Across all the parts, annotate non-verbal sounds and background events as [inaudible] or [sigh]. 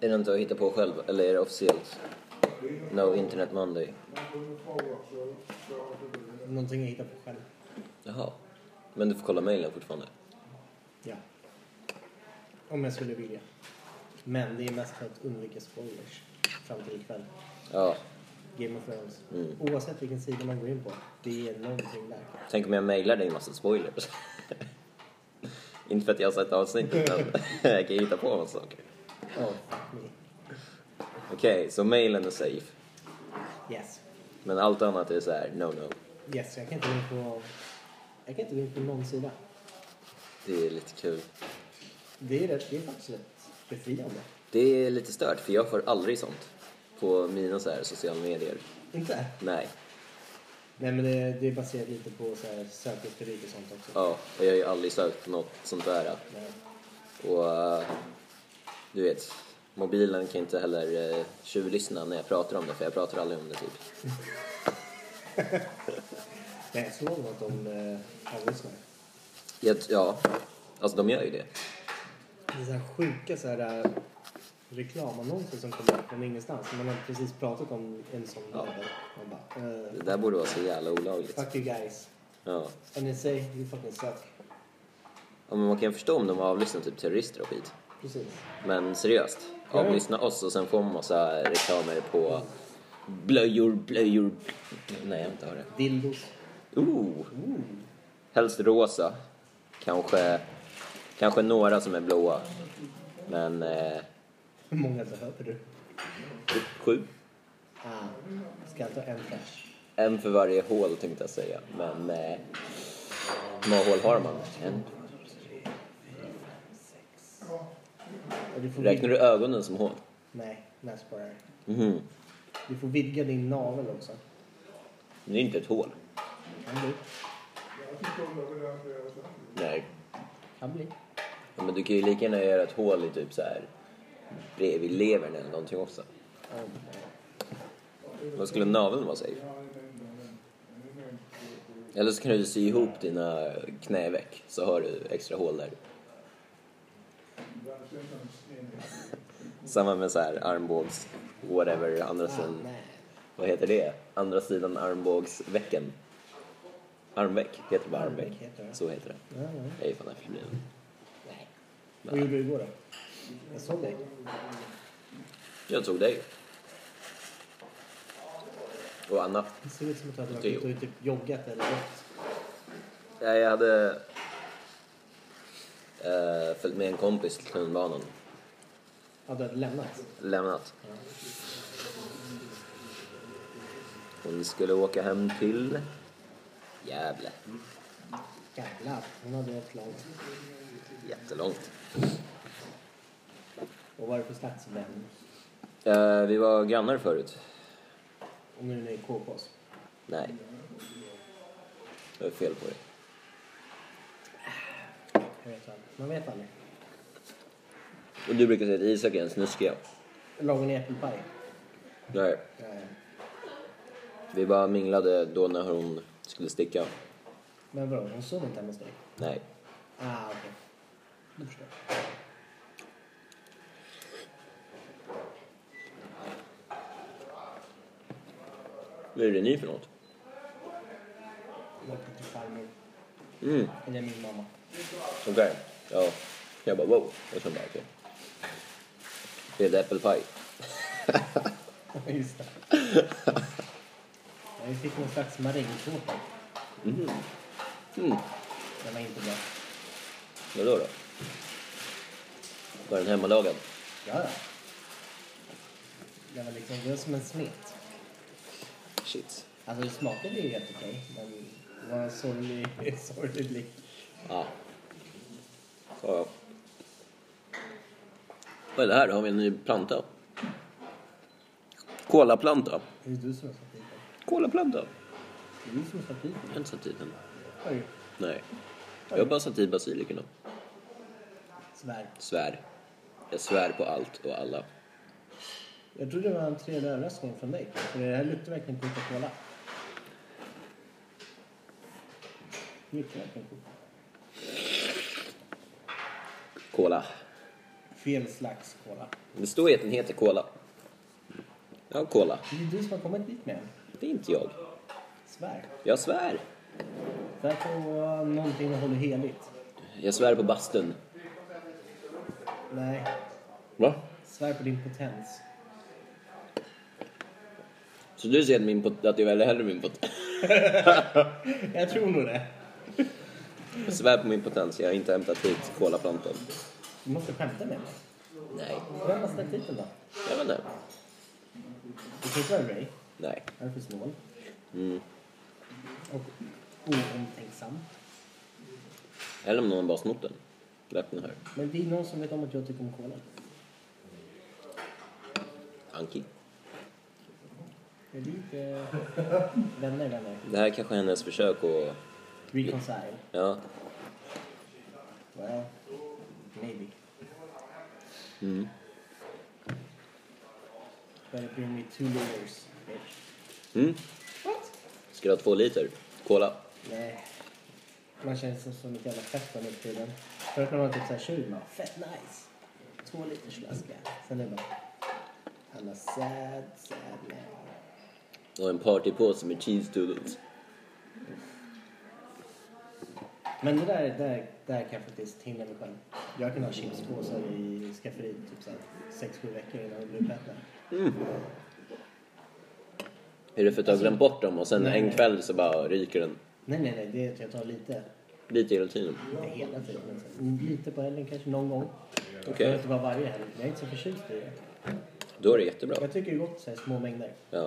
Är det något jag hittar på själv eller är det officiellt? No Internet Monday. Någonting jag hittar på själv. Jaha. Men du får kolla mejlen fortfarande. Ja. Om jag skulle vilja. Men det är mest för att undvika spoilers fram till ikväll. Ja. Game of Thrones. Mm. Oavsett vilken sida man går in på. Det är någonting där. Tänk om jag mejlar dig en massa spoilers. [laughs] Inte för att jag har sett avsnittet men [laughs] jag kan ju hitta på en massa saker. Oh, fuck me. Okej, så mejlen är safe. Yes. Men allt annat är så här, no no. Yes, jag kan inte gå in på... Jag kan inte gå in på någon sida. Det är lite kul. Det är, rätt, det är faktiskt rätt befriande. Det är lite stört för jag får aldrig sånt på mina så här sociala medier. Inte? Nej. Nej, men det, det är baserat lite på så här sökhistorik och sånt också. Ja, och jag har ju aldrig sökt något sånt där. Men, Och eh, du vet, mobilen kan inte heller eh, tjuvlyssna när jag pratar om det för jag pratar aldrig om det typ. men jag såg något om eh, avlyssnare. Jag, ja, alltså de gör ju det. Det är så här sjuka så här, eh, reklamannonser som kommer upp från ingenstans. Man har precis pratat om en sån Ja. där. Man bara, eh, Det där borde vara så jävla olagligt. fuck you guys. Ja. NSA, you fucking suck. ja men man kan ju förstå om de avlyssnar typ terrorister och skit. Precis. Men seriöst, avlyssna oss och sen får man massa reklamer på blöjor, blöjor. Nej, jag inte har det. Dildos. Ooh. Mm. Helst rosa. Kanske, kanske några som är blåa. Men eh, Hur många behöver du? typ sju. Ah, ska jag ta en flash? En för varje hål tänkte jag säga. Men eh, hur många hål har man? En. Och du får Räknar vid- du ögonen som hål? Nej, näsborrar. Mhm. Du får vidga din navel också. Men det är inte ett hål. Kan bli. Nej. Kan bli. Oh, Ja, Men du kan ju lika gärna göra ett hål i typ så här bredvid levern eller någonting också. Oh, Vad skulle naveln vara safe? Eller så kan du sy ihop dina knäveck så har du extra hål där. [laughs] Samma med så här armbågs whatever andra sidan. nej. Vad heter det? Andra sidan armbågsvecken. Armveck heter det bara armveck. Armveck heter det. Så heter det. Ja, ja. Jag är fan efterbliven. Nej. Vad gjorde du igår då? Jag såg dig. Jag tog dig. Och Anna. Det ser ut som att du hade varit Det är ute och typ joggat eller något. Ja, Jag hade eh, följt med en kompis till tunnelbanan. Ja, du hade lämnat. Lämnat. Hon skulle åka hem till Gävle. Jävlar, hon hade åkt långt. Jättelångt. Och vad är det för slags vän? Eh, vi var grannar förut. Och nu är ni K-pås. Nej. Jag är fel på det. Jag vet aldrig. Man vet aldrig. Och du brukar säga att Isak är en snuskiga. Lagar ni äppelpaj? Nej. Ja, ja. Vi bara minglade då när hon skulle sticka. Men vadå, hon sov inte hemma hos dig? Nej. Ah, okej. Du förstår. Vad är det ni för något? Jag åkte till farmor. Mm. Eller min mamma. [laughs] Okej. Ja. Jag bara wow. Och sen bara okej. Blev det äppelpaj? Just det. Ja, Vi fick någon slags marängtårta. Mhm. Mm. Den var inte bra. Vadå då? Var den hemmalagad? Ja, ja. Den var liksom, det var som en smet. Shit. Alltså det smakade ju helt okej, men det var en sorglig, [laughs] en sorglig blick. Ja. Ja, ja. Vad är det här då? Har vi en ny planta? Kolaplanta. Det är du som har satt dit den. Kolaplanta. Det är du som har satt dit Jag den. har inte satt dit den. Oj, Nej. Jag har bara satt i basilikorna. svär. Svär. Jag svär på allt och alla. Jag trodde det var en trevlig överraskning från dig. För det här luktar verkligen Coca-Cola. Mycket kanske. Cola. Fel slags cola. Det står ju att den heter Cola. Ja, Cola. Det är du som har kommit dit med den. Det är inte jag. Svär. Jag svär. Svär på någonting du håller heligt. Jag svär på bastun. Nej. Va? Svär på din potens. Så du ser att, min pot- att jag väljer hellre min potens? Jag tror nog det. [laughs] Jag svär på min potens. Jag har inte hämtat hit colaplantan. Du måste skämta med mig. Nej. Vem har släppt dit den då? Jag vet inte. Du tyckte det var Ray. Nej. Han är för snål. Mm. Och oomtänksam. Eller om någon bara snott den. Lät den här. Men det är någon som vet om att jag tycker om cola. Anki. Det är lite... Vänner, vänner. Det här är kanske hennes försök att... Reconcile. Ja. Well, maybe. Mm. Better bring me two liters, bitch. Mm. What? Ska du ha två liter? Cola. Nej. Man känns som, som ett jävla fett på nu för tiden. Förut när man var typ såhär 20 man fett nice. Två liters flaska. Sen är det bara... Han har sad, sad man. Och en partypåse med cheese doodles. Men det där, där, där kan jag faktiskt hindra mig själv. Jag kan ha chipspåsar i skafferiet typ såhär 6-7 veckor innan de blir uppätna. Är det för att du har glömt bort dem och sen Nej. en kväll så bara ryker den Nej, nej, nej. Det är att jag tar lite. lite hela tiden? Inte hela tiden. Men så här, mm, lite på helgen kanske någon gång. Okej, Jag vet inte bara varje helg. men Jag är inte så förtjust i det. då är det jättebra. Jag tycker det är gott såhär små mängder. Ja,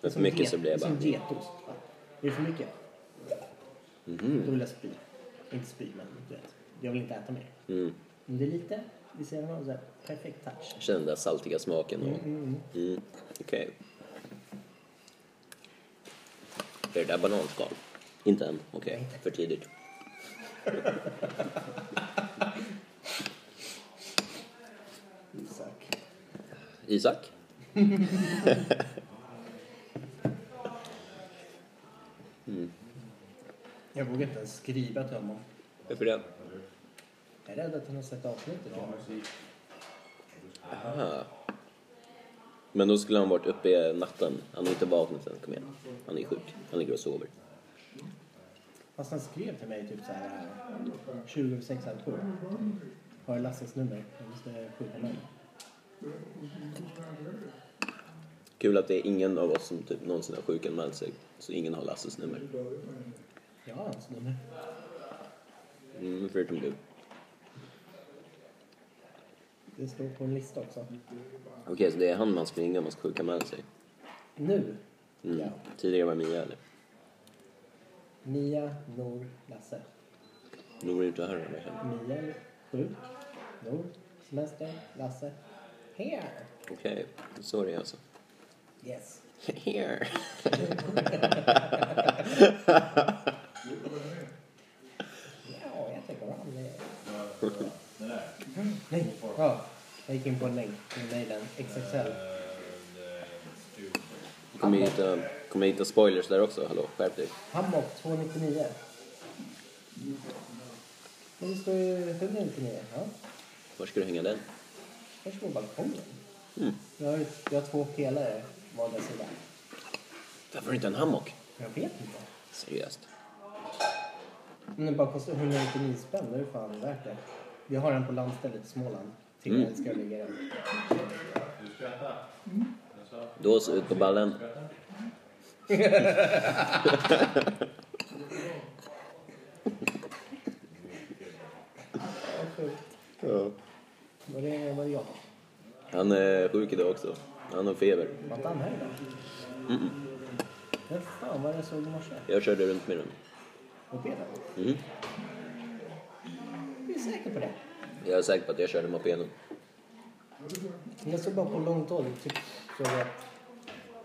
men för Som mycket get- så blir jag bara... Som getost. va? Är det för mycket? Mhm. Då vill jag spy. Inte spy, men du vet. Jag vill inte äta mer. Mm, Om det är lite, vi ser någon så här perfekt touch. jag känner den där saltiga smaken och... Mm, okej. Är det där bananskal? Inte än, okej. För tidigt. mm. Isak. Isak? Jag vågar inte ens skriva till honom. Varför det? Jag är rädd att han har sett avsnittet. Ja, Aha. Men då skulle han varit uppe i natten. Han har inte vaknat än, kom igen. Han är sjuk. Han ligger och sover. Fast han skrev till mig typ så här 20 över 6 halv 7. Har du Lasses nummer? Jag måste skjuta mig. Kul att det är ingen av oss som typ någonsin har sjukanmält sig. Så ingen har Lasses nummer. Jag har hans nummer. Mm, förutom du. Det står på en lista också. Okej, så det är han man ska ringa om man ska sjukanmäla sig. Nu. Mm. Ja. Tidigare var Mia eller? Mia, Nor, Lasse. Nu går det inte att höra verkligen. Mia är sjuk. Nor, semester, Lasse. Here. Okej, så är det alltså. [laughs] Yes. Here! Ja, jag tycker om det. Nej. Ja, jag gick in på en länk. Den mejlen. XXL. Kommer jag hitta, kommer jag hitta spoilers där också? Hallå, skärp dig. Hammock 299. Men det står ju 199. Ja. Var ska du hänga den? Kanske på balkongen. Mm. Jag, har, jag har två pelare på vardera sida. Varför inte en hammock? Jag vet inte. Seriöst. Men det bara kostar 199 spänn. Det är fan värt det. Vi har en på landstället i Småland. Till Mm. mm. älskar att ligga den. Då så ut på ballen. Var det var det jag? Han är sjuk idag också. Han har feber. Var inte han här idag? Vem fan var det jag såg i morse? Jag körde runt med den. På benen? Mm. Jag är säker på det. Jag är säker på att jag körde mopeden. Jag såg bara på långt håll. Typ såg jag ett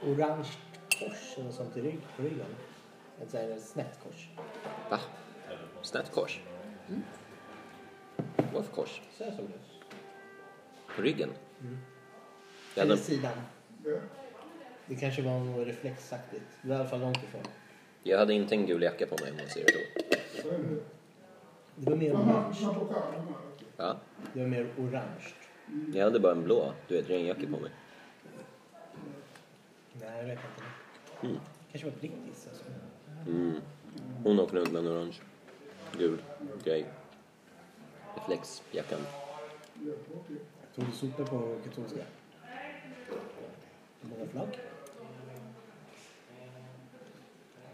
orange kors eller något sånt i rygg, på ryggen. Ett sånt här snett kors. Va? Snett kors? Vad för kors? Så jag såg det. På ryggen? Jag Eller hade, sidan. Det kanske var något reflexaktigt. Det var i alla fall långt ifrån. jag hade inte en gul jacka på mig om man ser det så. Det var mer orange. Ja. Det var mer orange. Jag hade bara en blå, du vet, regnjacka på mig. Nej, jag vet inte. Mm. Kanske var brittiskt alltså. Mm. Hon åker runt med en orange, gul grej. Reflexjackan. Tog du sopor på katolska? Hur många flagg?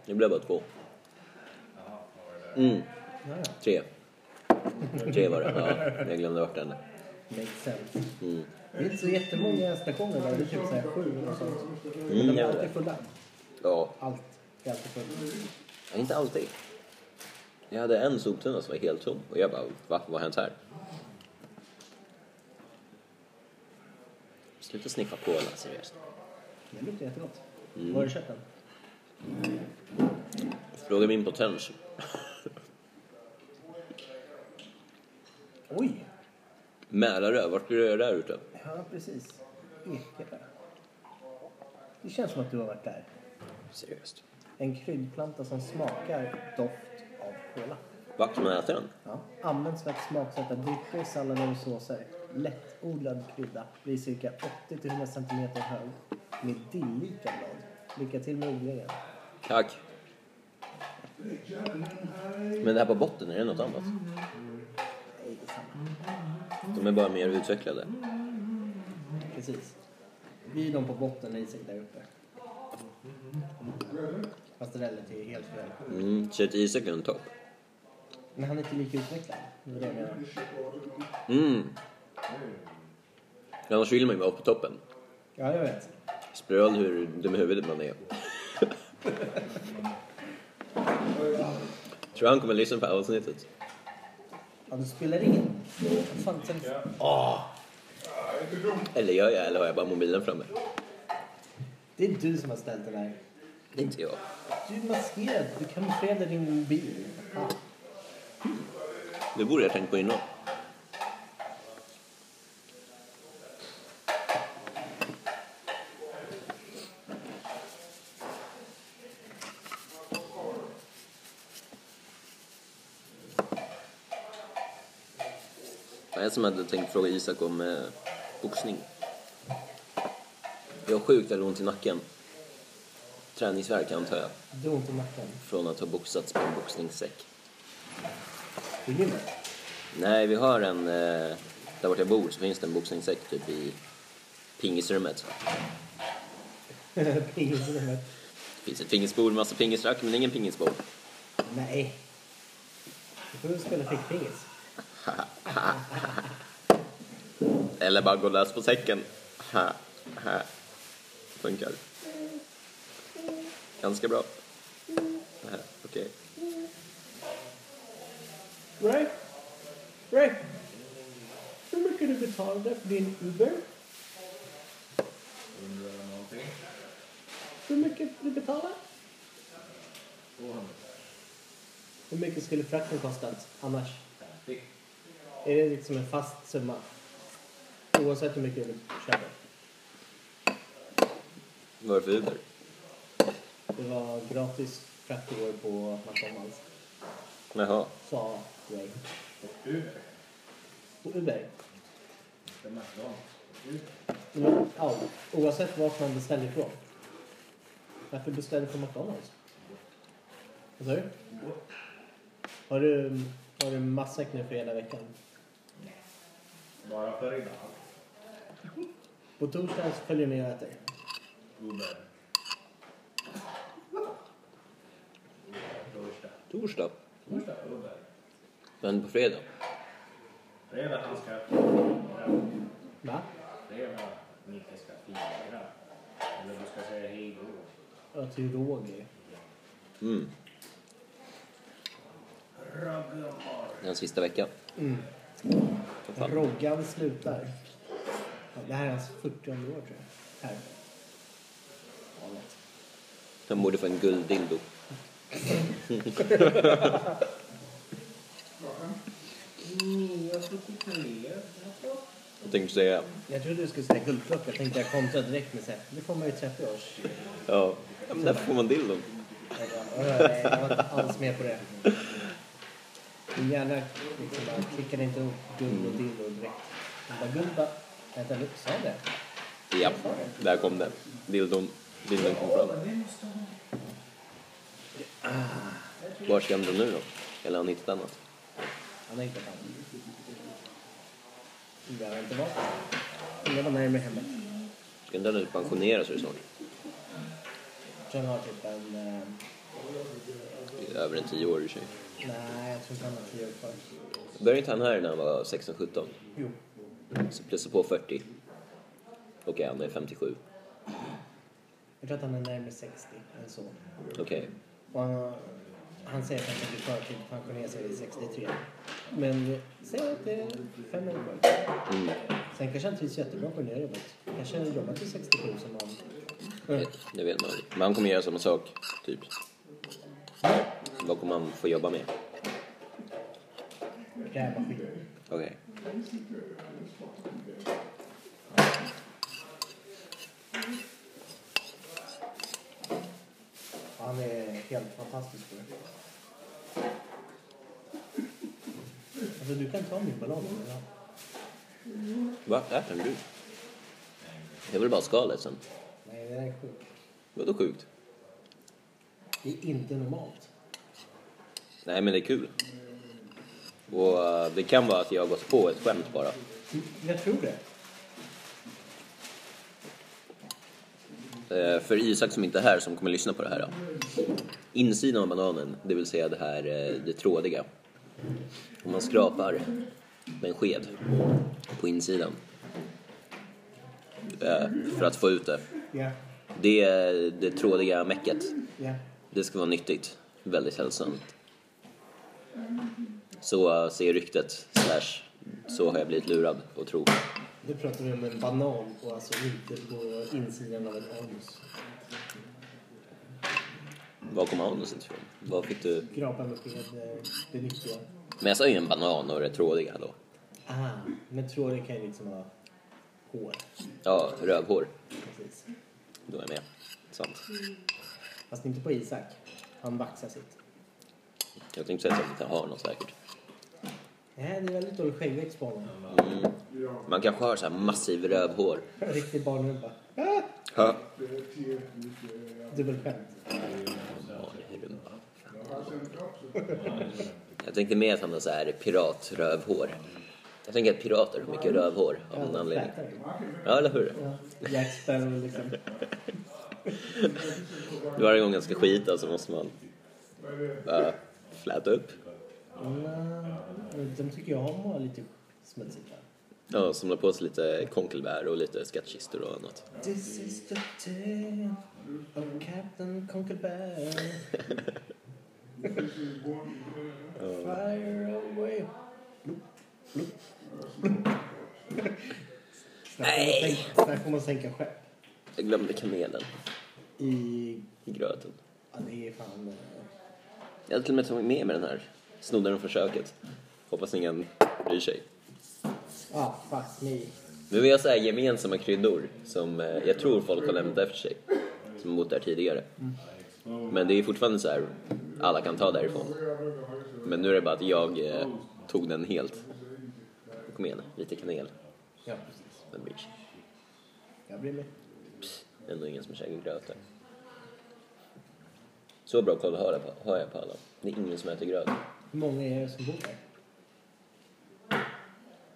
Det blev bara två. Mm, Ja, ja. tre. Tre var det, ja. Jag glömde bort den. Makes sense. Mm. Det är inte så jättemånga stationer där det är typ så här sju eller något sånt. Men Mm, de är jag vet alltid det. fulla. Ja, Allt är alltid fullt. Ja, inte alltid. Jag hade en soptunna som var helt tom och jag bara, va? Vad har hänt här? Sluta sniffa cola, seriöst. Det luktar jättegott. Var har du köpt den? Fråga min potens. Oj! Mälarö, vart ska du göra där ute? Ja, precis. Ekerö. Det känns som att du har varit där. Seriöst. En kryddplanta som smakar doft av kola. Vart ska man äta den? Ja. Används för att smaksätta drycker, sallader och såser. Lättodlad krydda. Blir cirka 80-100 cm hög. Med dillika blad. Lycka till med odlingen. Tack. Men det här på botten, är det något annat? Nej, det är samma. De är bara mer utvecklade. Precis. Vi är de på botten, ni sitter där uppe. Fast Rellet är ju helt fel. Mm, så ett Isak är en topp. Men han är inte lika utvecklad. Det var det jag menade. Mm. Annars vill man ju vara på toppen. Ja, jag vet. Spelar roll hur dum i huvudet man är. [laughs] Tror han kommer lyssna på avsnittet. Ja, du spelar in. Vad Fan, sen... Eller gör jag, eller har jag bara mobilen framme? Det är du som har ställt den här. Det är inte jag. Du är maskerad. Du kamouflerar din bil. Ja. Det borde jag tänkt på innan. Det är som att jag tänkte fråga Isak om eh, boxning. Jag har sjukt eller ont i nacken. Träningsvärk antar jag. Du har ont i nacken. Från att ha boxats på en boxningssäck. I [laughs] gymmet? Nej, vi har en... Eh, där vart jag bor så finns det en boxningssäck typ i pingisrummet. Pingisrummet. Det finns ett pingisbord, massa pingisrack, men ingen pingisbord. Nej. Du får väl spela fickpingis. Eller bara gå lös på säcken. Ha, ha. Funkar. Ganska bra. Ha, Okej. Right? Right? Hur mycket du betalade för din Uber? Hur mycket du betalade? Hur mycket skulle frakten kostat annars? Är det liksom en fast summa? Oavsett hur mycket du köper. Varför Uber? Det var gratis frakt i år på McDonalds. Jaha. Sa Ray. På Uber? Men, Mm. Ja, oavsett vart man beställer ifrån. Varför beställer du från McDonalds? Vad sa du? Har du, har du matsäck nu för hela veckan? Bara för idag. På torsdagen så följer ni och äter. Uber. Torsdag. Torsdag. Torsdag, Uber. Men på fredag. Fredag han ska Va? Fredag Micke ska fira. Eller du ska säga hej då. Ja, till Roger. Mm. Raggamar. Den sista veckan. Mm. Vad fan? Roggan slutar. Ja, det här är hans 40 år tror jag. Här. Ja, vet. Han borde få en gulddildo. Nya 73. Jag tänkte säga... Jag trodde du skulle säga guldklocka. Tänkte jag kontra direkt med så här. Nu får man ju 30 års. Ja. ja men där får man dildon. Jag bara, "Åh, nej, Jag var inte alls med på det. Min hjärna liksom bara klickade inte ihop guld och dildo direkt. Jag bara, gubba, vänta nu, sa jag det? Ja, där kom den. Dildon, dildon kom fram. Ah, Var ska han den nu då? Eller har han hittat annat? Han har hittat honom. Jag vet inte vad. Jag var närmare hemmet. Ska inte han typ pensionera sig snart? Jag tror han har typ en... eh, I Över en tio år i sig. Nej, jag tror inte han har tio år kvar. Började inte han här när han var 16-17? Jo. Så plussar på 40. Okej, han är 57. Jag tror att han är närmare 60 än så. Okej. Och han, har- han säger att han tänker förtid pensionera sig vid 63. Men eh, säg att det är fem år kvar. Mm. Sen kanske han trivs jättebra på det här jobbet. Kanske han jobbar till 67 som han... Mm. Det, det vet man aldrig. Men han kommer göra samma sak, typ. Vad kommer han få jobba med? Gräva skit. Okej. Han är helt fantastisk på det. Alltså du kan ta min ballong om du vill. Va? Äh? Äter du? Jag vill bara skalet sen. Nej, det där är sjukt. Vadå sjukt? Det är inte normalt. Nej, men det är kul. Och eh, det kan vara att jag har gått på ett skämt bara. Jag tror det. Eh, för Isak som inte är här, som kommer lyssna på det här. Då. Insidan av bananen, det vill säga det här eh, det trådiga. Om man skrapar med en sked på insidan eh, för att få ut det. Ja, Det, det trådiga mäcket, ja. det ska vara nyttigt. Väldigt hälsosamt. Så eh, ser ryktet, slash, så har jag blivit lurad och tro. Nu pratar vi om en banan och alltså inte på insidan av ett anus. Var kom anuset ifrån? Vad fick du? Grapa med sked, eh, det nyttiga. Men jag sa ju en banan och det trådiga då. Ah, men tror det kan ju liksom vara hår. Ja, rövhår. Precis. Då är jag med. Sant. Fast inte på Isak. Han vaxar sitt. Jag tänkte säga att jag inte har något säkert. Nej, det är väldigt dålig skäggväxt på honom. Mm. Man kanske har så här massiv rövhår. Riktig barnrumpa. Ah! Ja. Dubbelskämt. Jag tänkte mer att han har så här piratrövhår. Jag tänker att pirater har mycket rövhår av någon anledning. Ja, eller hur? Ja, Jack Sparrow liksom. Varje gång han ska skita så måste man bara fläta upp. Mm, de tycker jag om att vara lite smutsigt va? Ja, samla på sig lite konkelbär och lite skattkistor och annat. This is the tale of Captain Conkelbear. Fire away. Nej. Snacka om att sänka skepp. Jag glömde kanelen I... i gröten. Ja, det är fan... eh, Jag hade till och med tagit med mig den här. Snodde den från köket. Hoppas ingen bryr sig. Ah, fuck me. Men vi har så här gemensamma kryddor som eh, jag tror folk har lämnat efter sig. Som bott där tidigare. Men det är fortfarande så här, alla kan ta därifrån. Men nu är det bara att jag eh, tog den helt. Kom igen, lite kanel. Ja, precis. Men bryr sig. Jag blir med. Ändå ingen som käkar gröt där. Så bra koll har jag på, har jag på alla. Det är ingen som äter gröt. Hur många är det som bor där?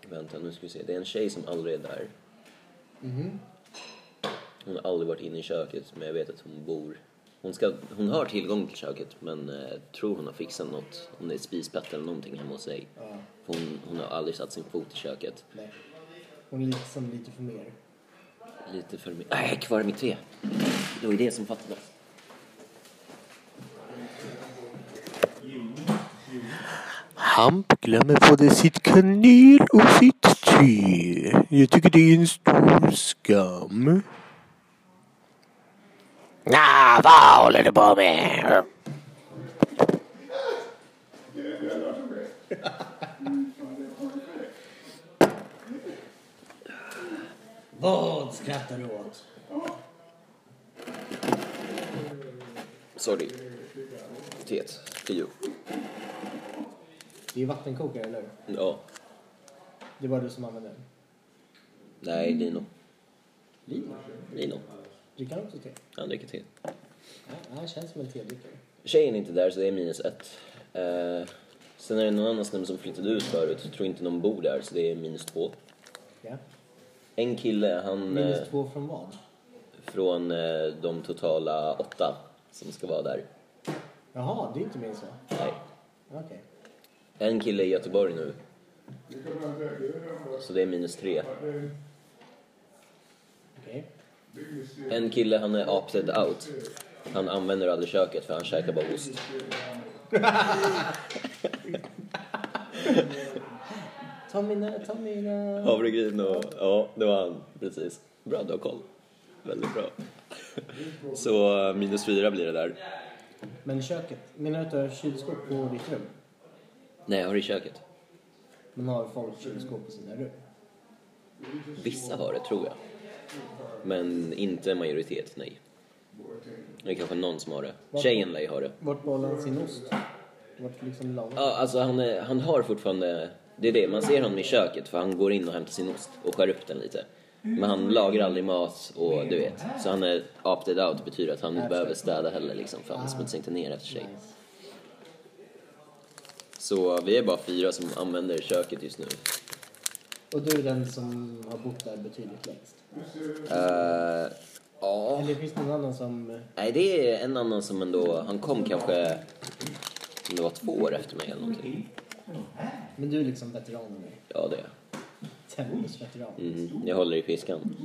Vänta, nu ska vi se. Det är en tjej som aldrig är där. Mhm. Hon har aldrig varit inne i köket, men jag vet att hon bor... Hon, ska, hon har tillgång till köket, men eh, tror hon har fixat något. Om det är spisplatta eller någonting hemma hos sig. Ja, För Hon, hon har aldrig satt sin fot i köket. nej. Hon är liksom lite för mer. Lite för mycket... Nej, kvar är mitt te! Det var ju det som fattades. Hamp glömmer både sitt kanel och sitt te. Jag tycker det är en stor skam. Nja, vad håller du på med? Vad skrattar du åt? Sorry. Teet. Tio. Det är ju vattenkokare, eller hur? Ja. Det är bara du som använder den. Nej, Lino. Lino? Lino. Dricker han också te? Han dricker te. Ja, han känns som en tedrickare. Tjejen är inte där så det är minus ett. Eh, sen är det någon annan snubbe som flyttade ut förut. Jag tror inte någon bor där så det är minus två. Ja. En kille, han eh, Minus två från vad? från eh, de totala åtta som ska vara där. Jaha, det är inte minus så. Nej. Okej. En kille i Göteborg nu. Så det är minus tre. Okej. En kille, han är opted out. Han använder aldrig köket för han käkar bara ost. Ta mina, ta mina... Havregryn och... Ja, det var han. Precis. Bra, du har koll. Väldigt bra. [laughs] Så eh, minus fyra blir det där. Men köket. Menar du att du har kylskåp på ditt rum? Nej, jag har det i köket. Men har folk kylskåp på sina rum? Vissa har det, tror jag. Men inte en majoritet, nej. Det är kanske någon som har det. Tjejen lär ju ha det. Vart bollar han sin ost? Vart liksom lagar Ja, alltså han, är, han har fortfarande... Det är det, man ser honom i köket för han går in och hämtar sin ost och skär upp den lite. Men han lagar aldrig mat och du vet. Så han är opted out betyder att han inte behöver städa heller liksom för han smutsar inte ner efter sig. Nice. Så vi är bara fyra som använder köket just nu. Och du är den som har bott där betydligt längst? Eh, Ja. Eller finns det någon annan som... Nej, det är en annan som ändå... Han kom kanske... Om det var två år efter mig eller någonting. Men du är liksom veteran nu. Ja, det är jag. Tennisveteran. Mm, jag håller i fiskan.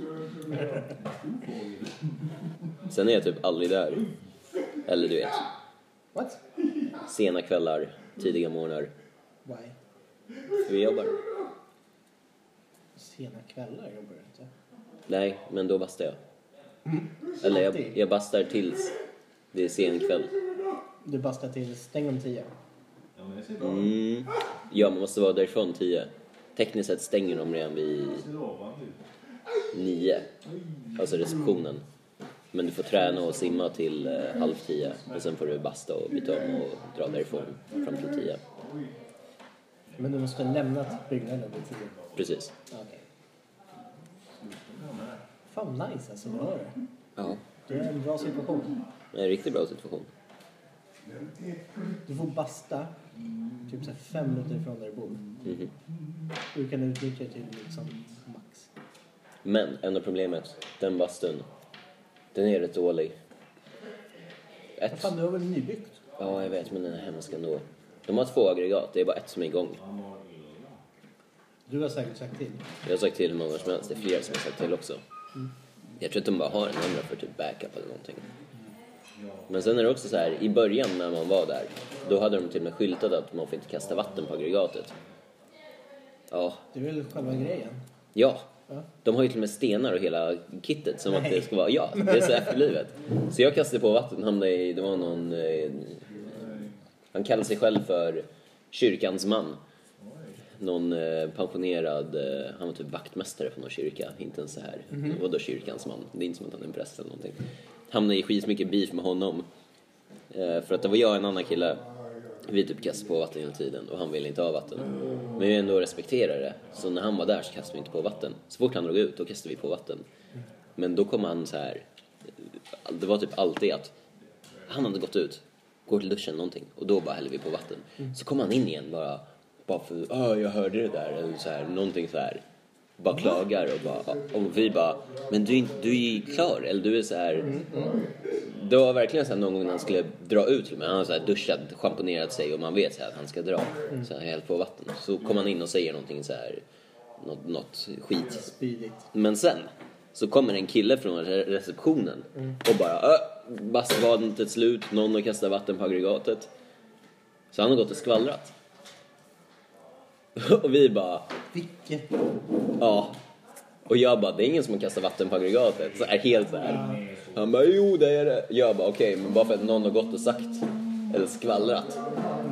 Sen är jag typ aldrig där. Eller du vet, What? sena kvällar, tidiga morgnar. Why? Vi jobbar. Sena kvällar jobbar du inte? Nej, men då bastar jag. Eller jag, jag bastar tills det är sen kväll. Du bastar till stäng om tio. Ja, men det ser bra ut. Mm. Ja, man måste vara därifrån tio. Tekniskt sett stänger de redan vid Det ser lovande ut. nio. Alltså receptionen. Men du får träna och simma till eh, halv tio. Och sen får du basta och byta om och dra därifrån fram till tio. Men du måste ha lämnat byggnaden vid tio. Precis. Okej. Fan vad nice alltså, du hör det. Ja. Det är en bra situation. Det är en riktigt bra situation. Du får basta typ så här fem minuter ifrån där du bor. Mhm. Du kan utnyttja det till liksom max. Men enda problemet, den bastun, den är rätt dålig. Vad Ett, fan, du har väl nybyggt? ja jag vet men den är hemsk ändå. De har två aggregat, det är bara ett som är igång. Du har säkert sagt till. Jag har sagt till hur många som helst, det är flera som har sagt till också. Jag tror att de bara har en andra för typ backup eller någonting. Men sen är det också så här, i början när man var där, då hade de till och med skyltat att man får inte kasta vatten på aggregatet. Ja, Det är väl själva grejen. ja. Ja. De har ju till och med stenar och hela kittet som att Nej. det ska vara, ja, det är så efterlivet. Så jag kastade på vatten, hamnade i, det var någon, eh, han kallade sig själv för kyrkans man. Någon eh, pensionerad, eh, han var typ vaktmästare för någon kyrka, inte ens så här. Mhm. Vadå kyrkans man? Det är inte som att han är en präst eller någonting. Hamnade i skitmycket beef med honom. Eh, för att det var jag och en annan kille, vi typ kastade på vatten hela tiden och han ville inte ha vatten. Men vi ändå respekterade det. Så när han var där så kastade vi inte på vatten. Så fort han drog ut, då kastade vi på vatten. Men då kom han så här, det var typ alltid att han hade gått ut, går till duschen någonting och då bara häller vi på vatten. Så kom han in igen bara, bara för "Åh, jag hörde det där eller så här, någonting så här. Bara klagar och bara, och vi bara, men du är, inte, du är ju klar eller du är så här. Det var verkligen så här någon gång när han skulle dra ut till mig, han har så här duschat, schamponerat sig och man vet så här att han ska dra. Så han hällt på vatten. Så kom han in och säger någonting så här, något, något skit Spydigt. men sen så kommer en kille från re- receptionen och bara "Ö, bastbadnet är slut, någon har kastat vatten på aggregatet. Så han har gått och skvallrat. [laughs] och vi bara, Vilket... ja. Och jag bara, det är ingen som har kastat vatten på aggregatet. Så är helt så här. Han bara, jo det är det. Jag bara, okej, men bara för att någon har gått och sagt, eller skvallrat.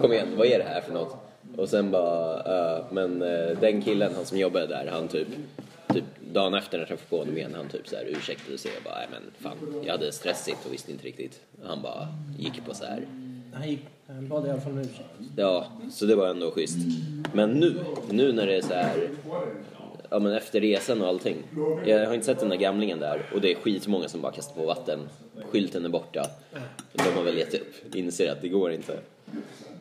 Kom igen, vad är det här för något? Och sen bara, eh, men eh, den killen, han som jobbade där, han typ, typ dagen efter när jag träffade på honom igen, han typ så här ursäktade sig. Jag bara, nej men fan, jag hade stressigt och visste inte riktigt. Han bara gick på så här Han gick Han bad i alla fall om ursäkt. Ja, så det var ändå schysst. Men nu, nu när det är så här, ja men efter resan och allting. Jag har inte sett den där gamlingen där och det är skitmånga som bara kastar på vatten. Skylten är borta. De har väl gett upp, inser att det går inte.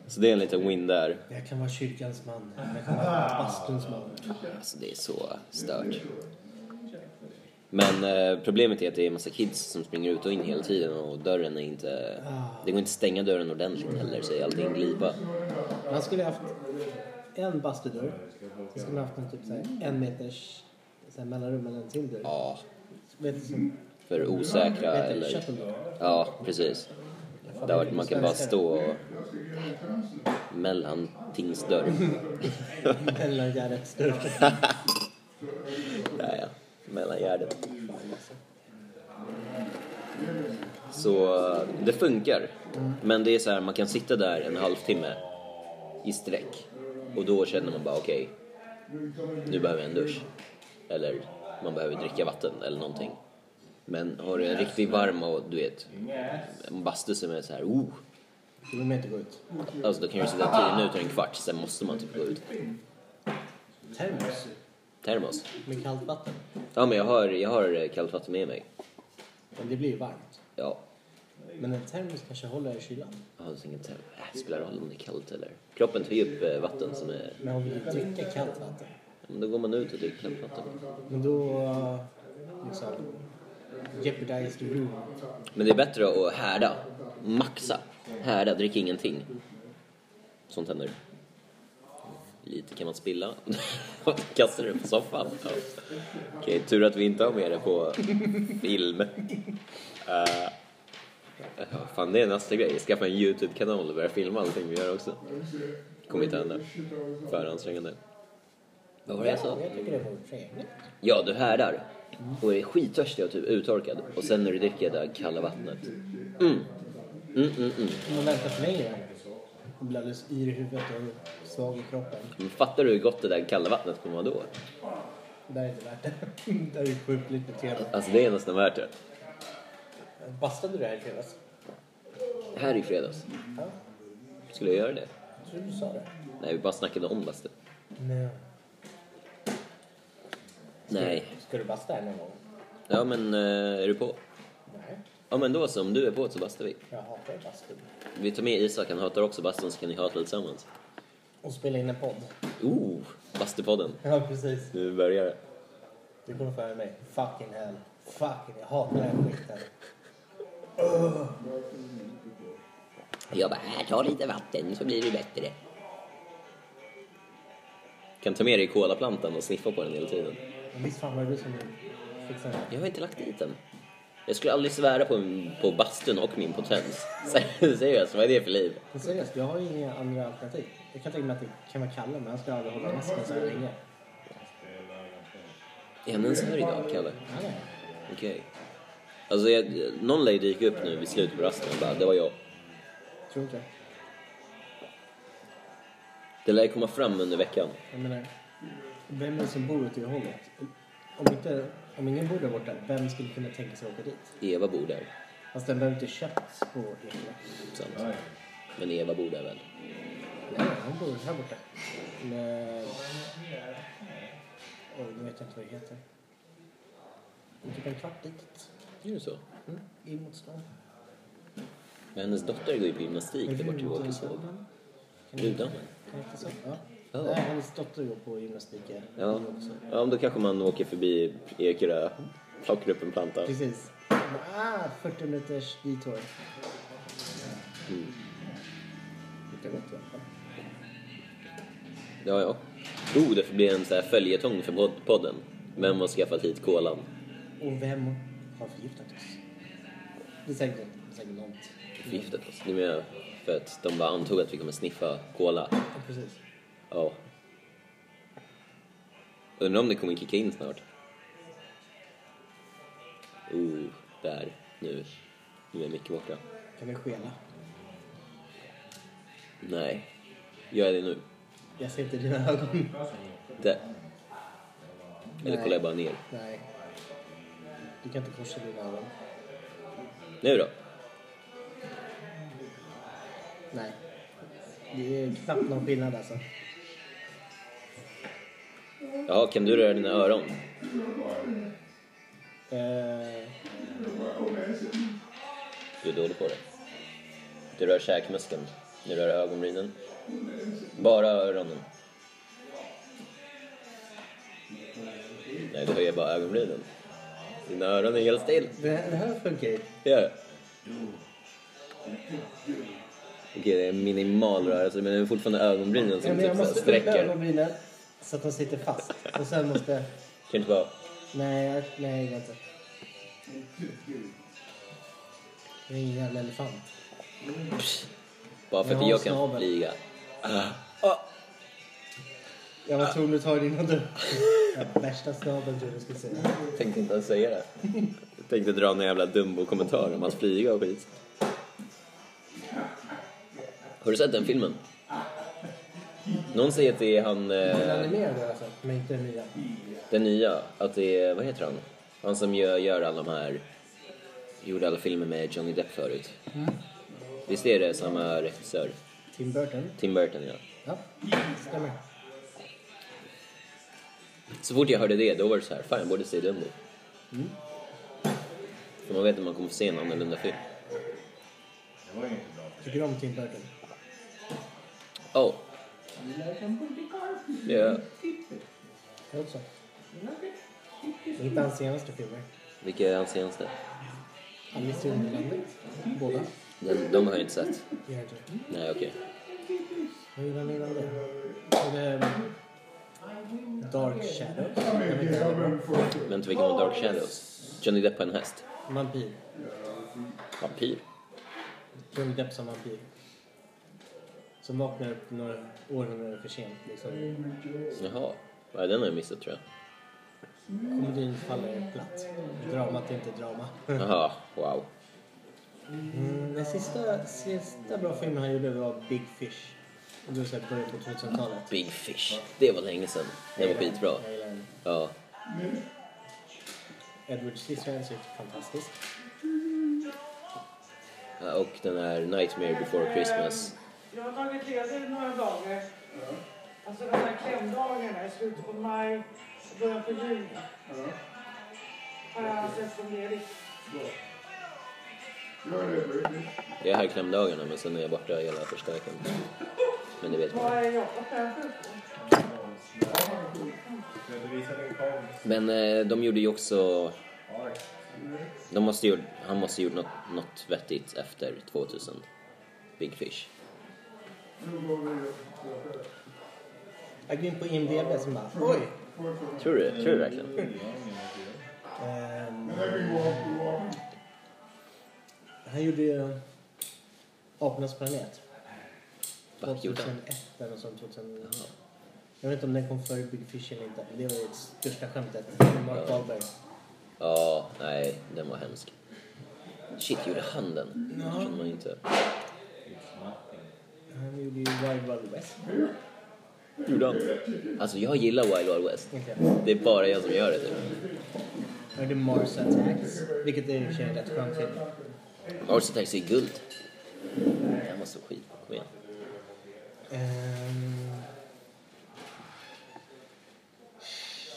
Så det är en liten win där. Jag kan vara kyrkans man. Jag kan vara bastuns man. Alltså det är så stört. Men eh, problemet är att det är en massa kids som springer ut och in hela tiden och dörren är inte... Det går inte att stänga dörren ordentligt heller så är allting glipa. Man skulle haft en bastudörr. Sen skulle man haft en typ så här en meters så här mellanrum eller en till dörr. Ja, Vet du som... för osäkra vet du, eller... shuttledörr. Ja, precis. Där vart man kan bara stå och... mellan tingsdörr. Eller järnrättsdörr. Ja, ja. Mellan gärden. Så det funkar. Men det är så här, man kan sitta där en halvtimme i sträck. Och då känner man bara okej, nu behöver jag en dusch. Eller man behöver dricka vatten eller någonting. Men har du en riktigt varm och du vet, en bastu som är så här, oh, Då vill man inte gå ut. Alltså då kan du sitta 10 minuter, en kvart, sen måste man typ gå ut. Termos Termos. med kallt vatten. Ja men jag har, jag har eh, kallt vatten med mig. Men det blir ju varmt. Ja. Men en termos kanske håller i kylan. Jag har alltså ingen termos. Äh, det spelar roll om det är kallt eller... Kroppen tar ju upp eh, vatten som är... Men om vi dricker kallt vatten. Ja, Men då går man ut och dricker kallt vatten. Men då... eh, Liksom... Jeopardize the room. Men det är bättre att härda. Maxa. Härda, drick ingenting. Sånt händer. Lite kan man spilla. [laughs] Kastar du på soffan. Ja. Okej, tur att vi inte har med det på film. Eh, ja, fan, det är nästa grej. Skaffa en YouTube-kanal och börja filma allting vi gör också. Kommer inte hända. För ansträngande. Vad var det jag sa? Jag tycker det vore trevligt. Ja, du härdar. Och är skittörstig och typ uttorkad. Och sen när du dricker det där kalla vattnet. Mm. Mm, mm, mm. Om man väntar för länge och blir alldeles yr i huvudet och svag i kroppen. Men fattar du hur gott det där kalla vattnet kommer vara då? Det där är inte värt det. [laughs] Det där är ju sjukt lite beteende. Alltså det är nästan värt det. Bastade du det här i fredags? Här i fredags. Ja, Skulle jag göra det? jag tror du sa det. Nej, vi bara snackade om bastu. Nej. Nej. Ska du basta här någon gång? Ja, men eh, är du på? Nej. Ja, men då så. Om du är på så bastar vi. Jag hatar bastu. Vi tar med Isak, han hatar också bastun så kan ni hata tillsammans. Och spela in en podd. Oh, bastupodden. Ja, precis. Nu börjar det. Du kommer före mig. Fucking hell. Fucking, jag hatar den här skiten. Jag bara, här, ta lite vatten så blir det bättre. Kan ta med dig kolaplantan och sniffa på den hela tiden. Men visst fan var det du som fixade det? Jag har inte lagt dit den. Jag skulle aldrig svära på, på bastun och min potens. [laughs] Seriöst, vad är det för liv? Men seriöst, jag har ju inga andra alternativ. Jag kan tänka mig att det kan vara Kalle, men han ska aldrig hålla masken så här länge. Är han ens här idag, Kalle? Nej, nej. Okej. Alltså, jag, någon lady gick upp nu vid slutet på rasten och bara, det var jag. Tror inte. Det lär komma fram under veckan. Jag menar, vem är det som bor åt det hållet? Om, inte, om ingen bor där borta, vem skulle kunna tänka sig att åka dit? Eva bor där, Fast den behöver inte köpt på Ekerö. sant? Men Eva bor där väl? Nej, hon bor här borta. Med... Oj, nu vet jag inte vad det heter. Det är Typ en kvart dit. Är det så? Mm, in mot stan. Men hennes dotter går ju på gymnastik där borta i Åkeshov. Rudhammen? Kan jag inte säga? Ja. Ja. Nej, hennes dotter går på gymnastik. här. Ja. ja, men då kanske man åker förbi Ekerö, plockar upp en planta. Precis. Ah, 40 minuters detour. Det låter i alla fall. Ja, ja. Oh, det får bli en så här följetong för pod- podden. Vem har skaffat hit kolan? Och vem har förgiftat oss? Det är säkert, säkert något. Förgiftat oss. alltså. Det menar jag för att de bara antog att vi kommer sniffa kola. Ja, precis. Ja. Undrar om det kommer kicka in snart. Oh, där. Nu. Nu är Micke borta. Kan vi skela? Nej. Gör jag det nu? Jag ser inte dina ögon. Där. Eller Nej. kollar jag bara ner? Nej. Du kan inte korsa dina ögon. Nu då? Nej. Det är knappt någon skillnad alltså. Jaha, kan du röra dina öron? Eh, Du är dålig på det. Du rör käkmuskeln. Du rör ögonbrynen. Bara öronen. Nej, du höjer bara ögonbrynen. Dina öron är helt still. det, här- det här funkar ju. Det gör det. Okej, det är en minimal rörelse, men det är fortfarande ögonbrynen Ja, som men jag typ så här måste upp sträcker. Kan ögonbrynen så att de sitter fast. Och sen måste... du inte bara... Nej, jag, nej, jag inte. Det är ingen jävla elefant. Bara för att Jag har jag kan snabel. flyga. Jag var tvungen att ta det innan du... Ja, Värsta snabeln tror jag du skulle säga. Jag tänkte inte ens säga det. Jag tänkte dra en jävla Dumbo-kommentar om att flyga och skit. Har du sett den filmen? Någon säger att det är han, Den eh, animerade alltså, men inte den nya. den nya, att det är, vad heter han? Han som gör, gör alla de här, gjorde alla filmer med Johnny Depp förut. Visst är det samma regissör? Tim Burton. Tim Burton ja. Ja, stämmer. Så fort jag hörde det, då var det så här, fan jag borde se Dumbo. Mm. För man vet att man kommer få se en annorlunda film. Det var ju inte bra. Tycker du om Tim Burton? Oh. Ja, Jag också. Inte hans senaste filmer. vilka är hans senaste? Alice i Underlandet. Båda. Den, de har jag inte sett. Jag har inte. Nej, okej. Vad gjorde han innan det? Och det... um, Dark Shadow. Jag vet inte vad det var. Men inte vilka var Dark Shadows? Johnny Depp på en häst. Vampyr. Vampyr. Johnny Depp som vampyr. Som vaknar upp några århundraden för sent. Liksom. Jaha. Ja, den har jag missat tror Komedin faller platt. Dramat är inte drama. jag. Jaha, wow. Mm, den sista, sista bra filmen han gjorde var Big Fish. Och det var så här början på 2000-talet. Big Fish. Det var länge sedan. Den var skitbra. Jag gillar den. Ja. Edward Scissorhands är fantastisk. Ja, Och den här Nightmare Before Christmas. Jag har tagit ledigt några dagar. Alltså de här klämdagarna i slutet på maj och början på juni. Har jag ansett som ledigt. Jag är här klämdagarna men sen är jag borta hela första veckan. Men det vet Vad man. har jag jobbat med för? Ska du visa din kompis? Men eh, de gjorde ju också... Oj. De måste gjort, han måste gjort något, något vettigt efter 2000. Big Fish. Jag går in på IMDB som bara oj! Tror du, tror du verkligen? Ehm, han gjorde ju Apornas planet. Vad gjorde han? 2001 eller något sånt. 2000. Jag vet inte om den kom före Big Fish eller inte. Det var ju det största skämtet. Mark Wahlberg. Ja, nej, den var hemsk. Shit, gjorde han den? Det känner man inte. Han gjorde ju Wild Wild West. Gjorde han? Alltså, jag gillar Wild Wild West. Okej. Det är bara jag som gör det, typ. Han gjorde Mars Attacks. Vilket är i och för sig en rätt skön film. Mars Attacks är guld. Den var så skit. Kom igen. Ehm,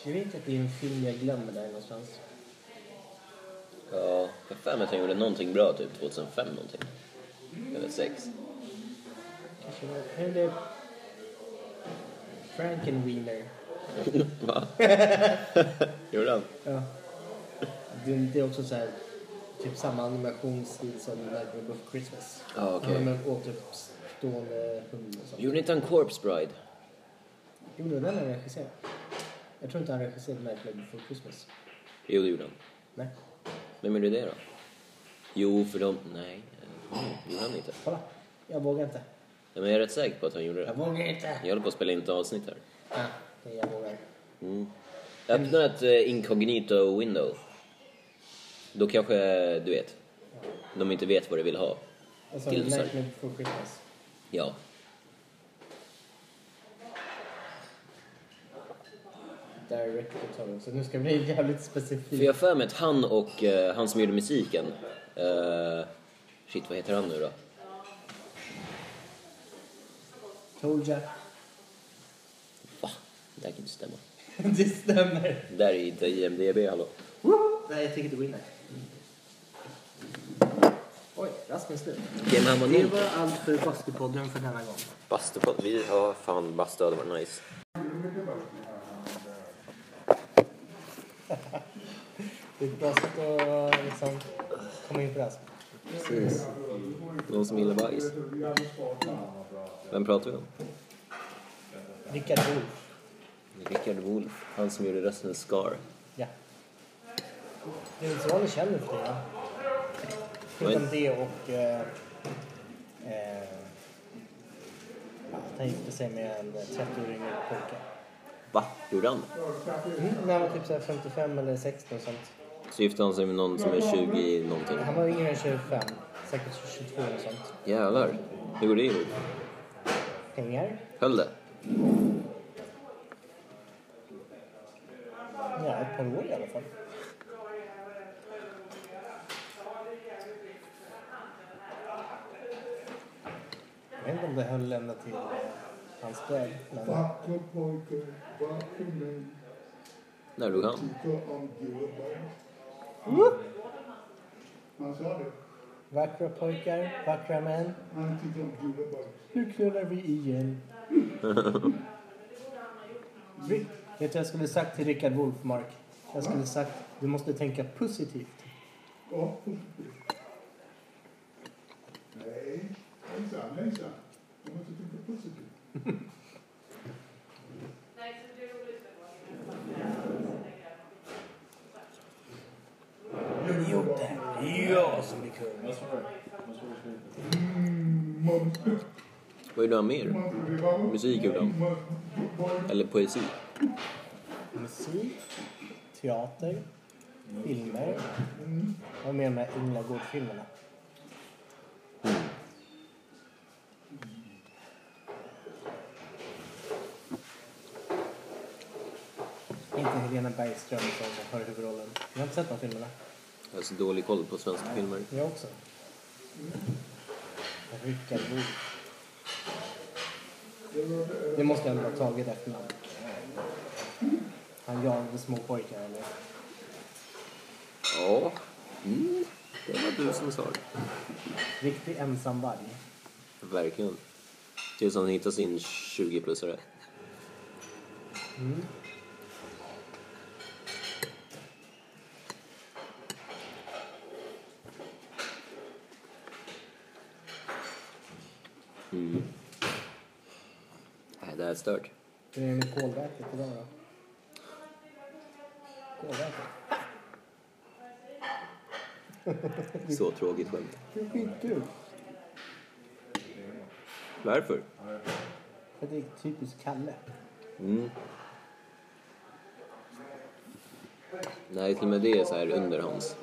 Jag vet att det är en film jag glömmer där någonstans. Ja, jag har för mig att han gjorde någonting bra, typ 2005 någonting. Eller 6. Kanske var han gjorde Frankenweenie. Va? [laughs] gjorde han? Ja. Det, det är också så här, typ samma animationsstil som Nightmare Before Christmas. Ja, okej. Han har en återuppstående hund och sånt. Gjorde inte han Corpse Bride? Gjorde den han regisserade? Jag tror inte han regisserade Nightmare Before Christmas. Jo, det gjorde han. Nej, Vem gjorde det då? Jo, för de... Nej, eh, gjorde han inte. kolla. Jag vågar inte. Nej, men jag är rätt säker på att han gjorde Jag det. vågar inte! Jag håller på att spela in ett avsnitt här. Ah, nej, jag vågar. Mm. Öppna ett eh, incognito window. Då kanske, eh, du vet, de inte vet vad de vill ha. Alltså, Till- sorry. Nightmare Before Christmas. Ja. Directed tar vi också. Nu ska det bli jävligt För specifikt. jag har för mig att han och eh, han som gjorde musiken... eh, shit, vad heter han nu då? Kojak. Va? Det här kan inte stämma. [laughs] det stämmer. Det där är inte IMDB, hallå. Nej, jag tänker inte gå in där. Oj, Rasmus nu. Ge mig Det ammonin. var allt för Basketpodden för denna gång. Bastupodd. Vi har fan bastu, det var nice. Det är ett bra sätt att liksom komma in på det här. Precis. Någon som gillar bajs. Vem pratar vi om? Rickard Wolff. Rickard Wolff. Han som gjorde rösten i Scar. Ja. Det är inte så vanligt känner för det. va? Förutom det och... Eh, eh, att han gifte sig med en 30-åring och pojke. Va? Gjorde han? Mm, när han var typ så här 55 eller 60 och sånt. Så gifte han sig med någon som är 20 någonting. Han var yngre än 25. Säkert 22 eller sånt. Jävlar. Hur går det ihop? Pengar? Höll det? Ja, ett par år i alla fall. Jag vet inte om det höll ända till eh, hans död. Men Vacker pojke, vacker man, När dog han? tycker om djurbarn. Han sa det. vackra pojkar, vackra män. Han tycker om djurbarn. Nu knullar vi igen. Ri- Vet du vad jag skulle sagt till Rickard Wolff, Mark? Jag skulle sagt, du måste tänka positivt. Och Nej, hejsan, hejsan. Du måste tänka positivt. Idioter! Det är jag som är kung. Vad sa du? Vad sa du i slutet? Vad gjorde han mer? Musik gjorde han. Eller poesi. Musik, teater, filmer. Vad menar med Änglagård-filmerna? Inte Helena Bergström som har huvudrollen. Jag har inte sett de filmerna. Jag har så dålig koll på svenska filmer. Jag också. Rickard Wolff. Det måste ändå ha tagit efternamn. Han jagade små pojkar eller? Ja. Mm. Det var du som sa det. Riktig ensamvarg. Verkligen. Tills han hittar sin 20-plussare. Mm. Mm. Nej, det här är stört. Hur är det med kolvätet idag då? Kolvätet? Så tråkigt skämt. Det är skitkul. Varför? För det är typiskt Kalle. Mm. Nej, till och med det är så här underhands.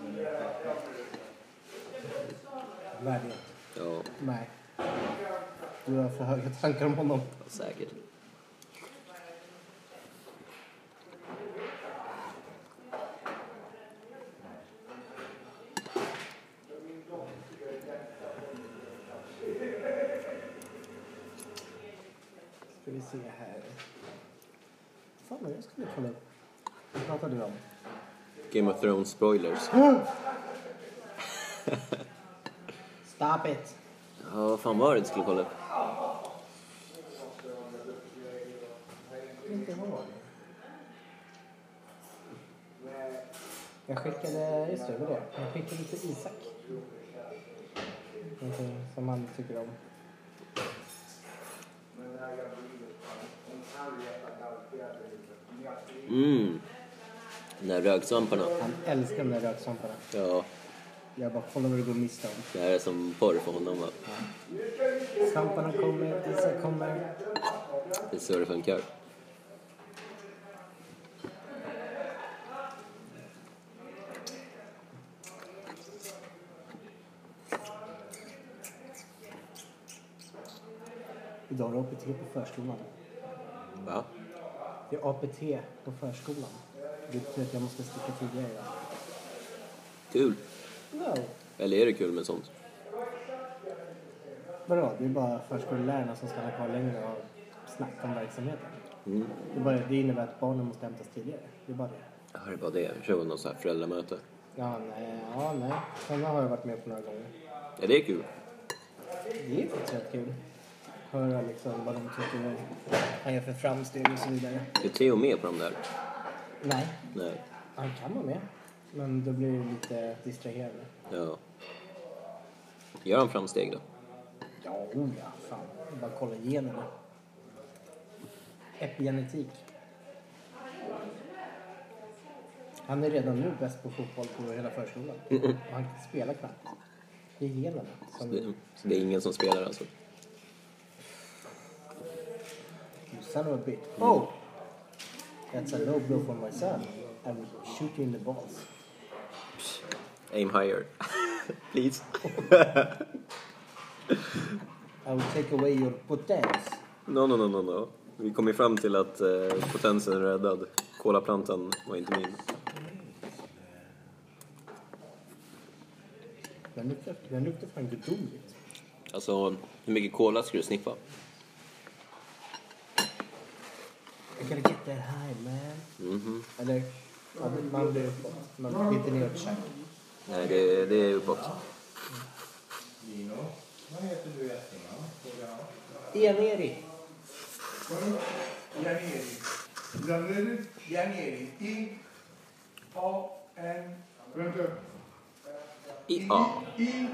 Värdighet. Ja, Nej. Du har för höga tankar om honom. säkert. Ska vi se här. Fan vad jag skulle kolla upp. Vad pratar du om? Game of Thrones spoilers. Stop it! Ja, vad fan var det du skulle kolla upp? Inte ihåg. Jag skickade, just det, det var det. Jag skickade till Isak. Någonting som han tycker om. Mm. Den där röksvamparna. Han älskar de där röksvamparna. Ja, Jag bara, kolla vad du går miste om. det här är som porr för honom va? Svamparna kommer, Isak kommer. Det är så det funkar. Idag är det APT på förskolan. Va? Det är APT på förskolan. Det betyder att jag måste sticka tidigare idag. Kul. No. Eller är det kul med sånt? Vadå? Det är bara förskollärarna som stannar kvar längre och snack om verksamheten. Det, är bara, det innebär att barnen måste hämtas tidigare. Det är bara det. Ja, det är bara det. Kör vi någon sån här föräldramöte. Ja, nej, ja, nej. Sådana har jag varit med på några gånger. Ja, det är kul. Det är faktiskt rätt kul. Höra liksom vad de tycker och han gör för framsteg och så vidare. Är Theo med på de där? Nej, Nej. han kan vara med. Men då blir det lite distraherande. Ja. Gör han framsteg då? Ja, oh ja, fan. Jag bara kolla generna. Epigenetik. Han är redan nu bäst på fotboll på hela förskolan. Och han spelar knappt. Det är generna. Så Som, det, så det är ingen som spelar alltså? You son of a bitch. Oh! That's a low blow for my son. I will shoot you in the balls. Aim higher. [laughs] Please. I will take away your potens. No, no, no, no, no. Vi kom ju fram till att eh, potensen är räddad. Kolaplantan var inte min. Den luktar, den luktar fan gudomligt. Alltså, hur mycket kola ska du sniffa? I gotta get that high man. Eller, ja, det- man blir uppåt. Man blir inte neråt käk. Nej, det, det är uppåt. Jan-Erik. Janeri. Janeri? Janeri. I A N Vänta. I, ja. I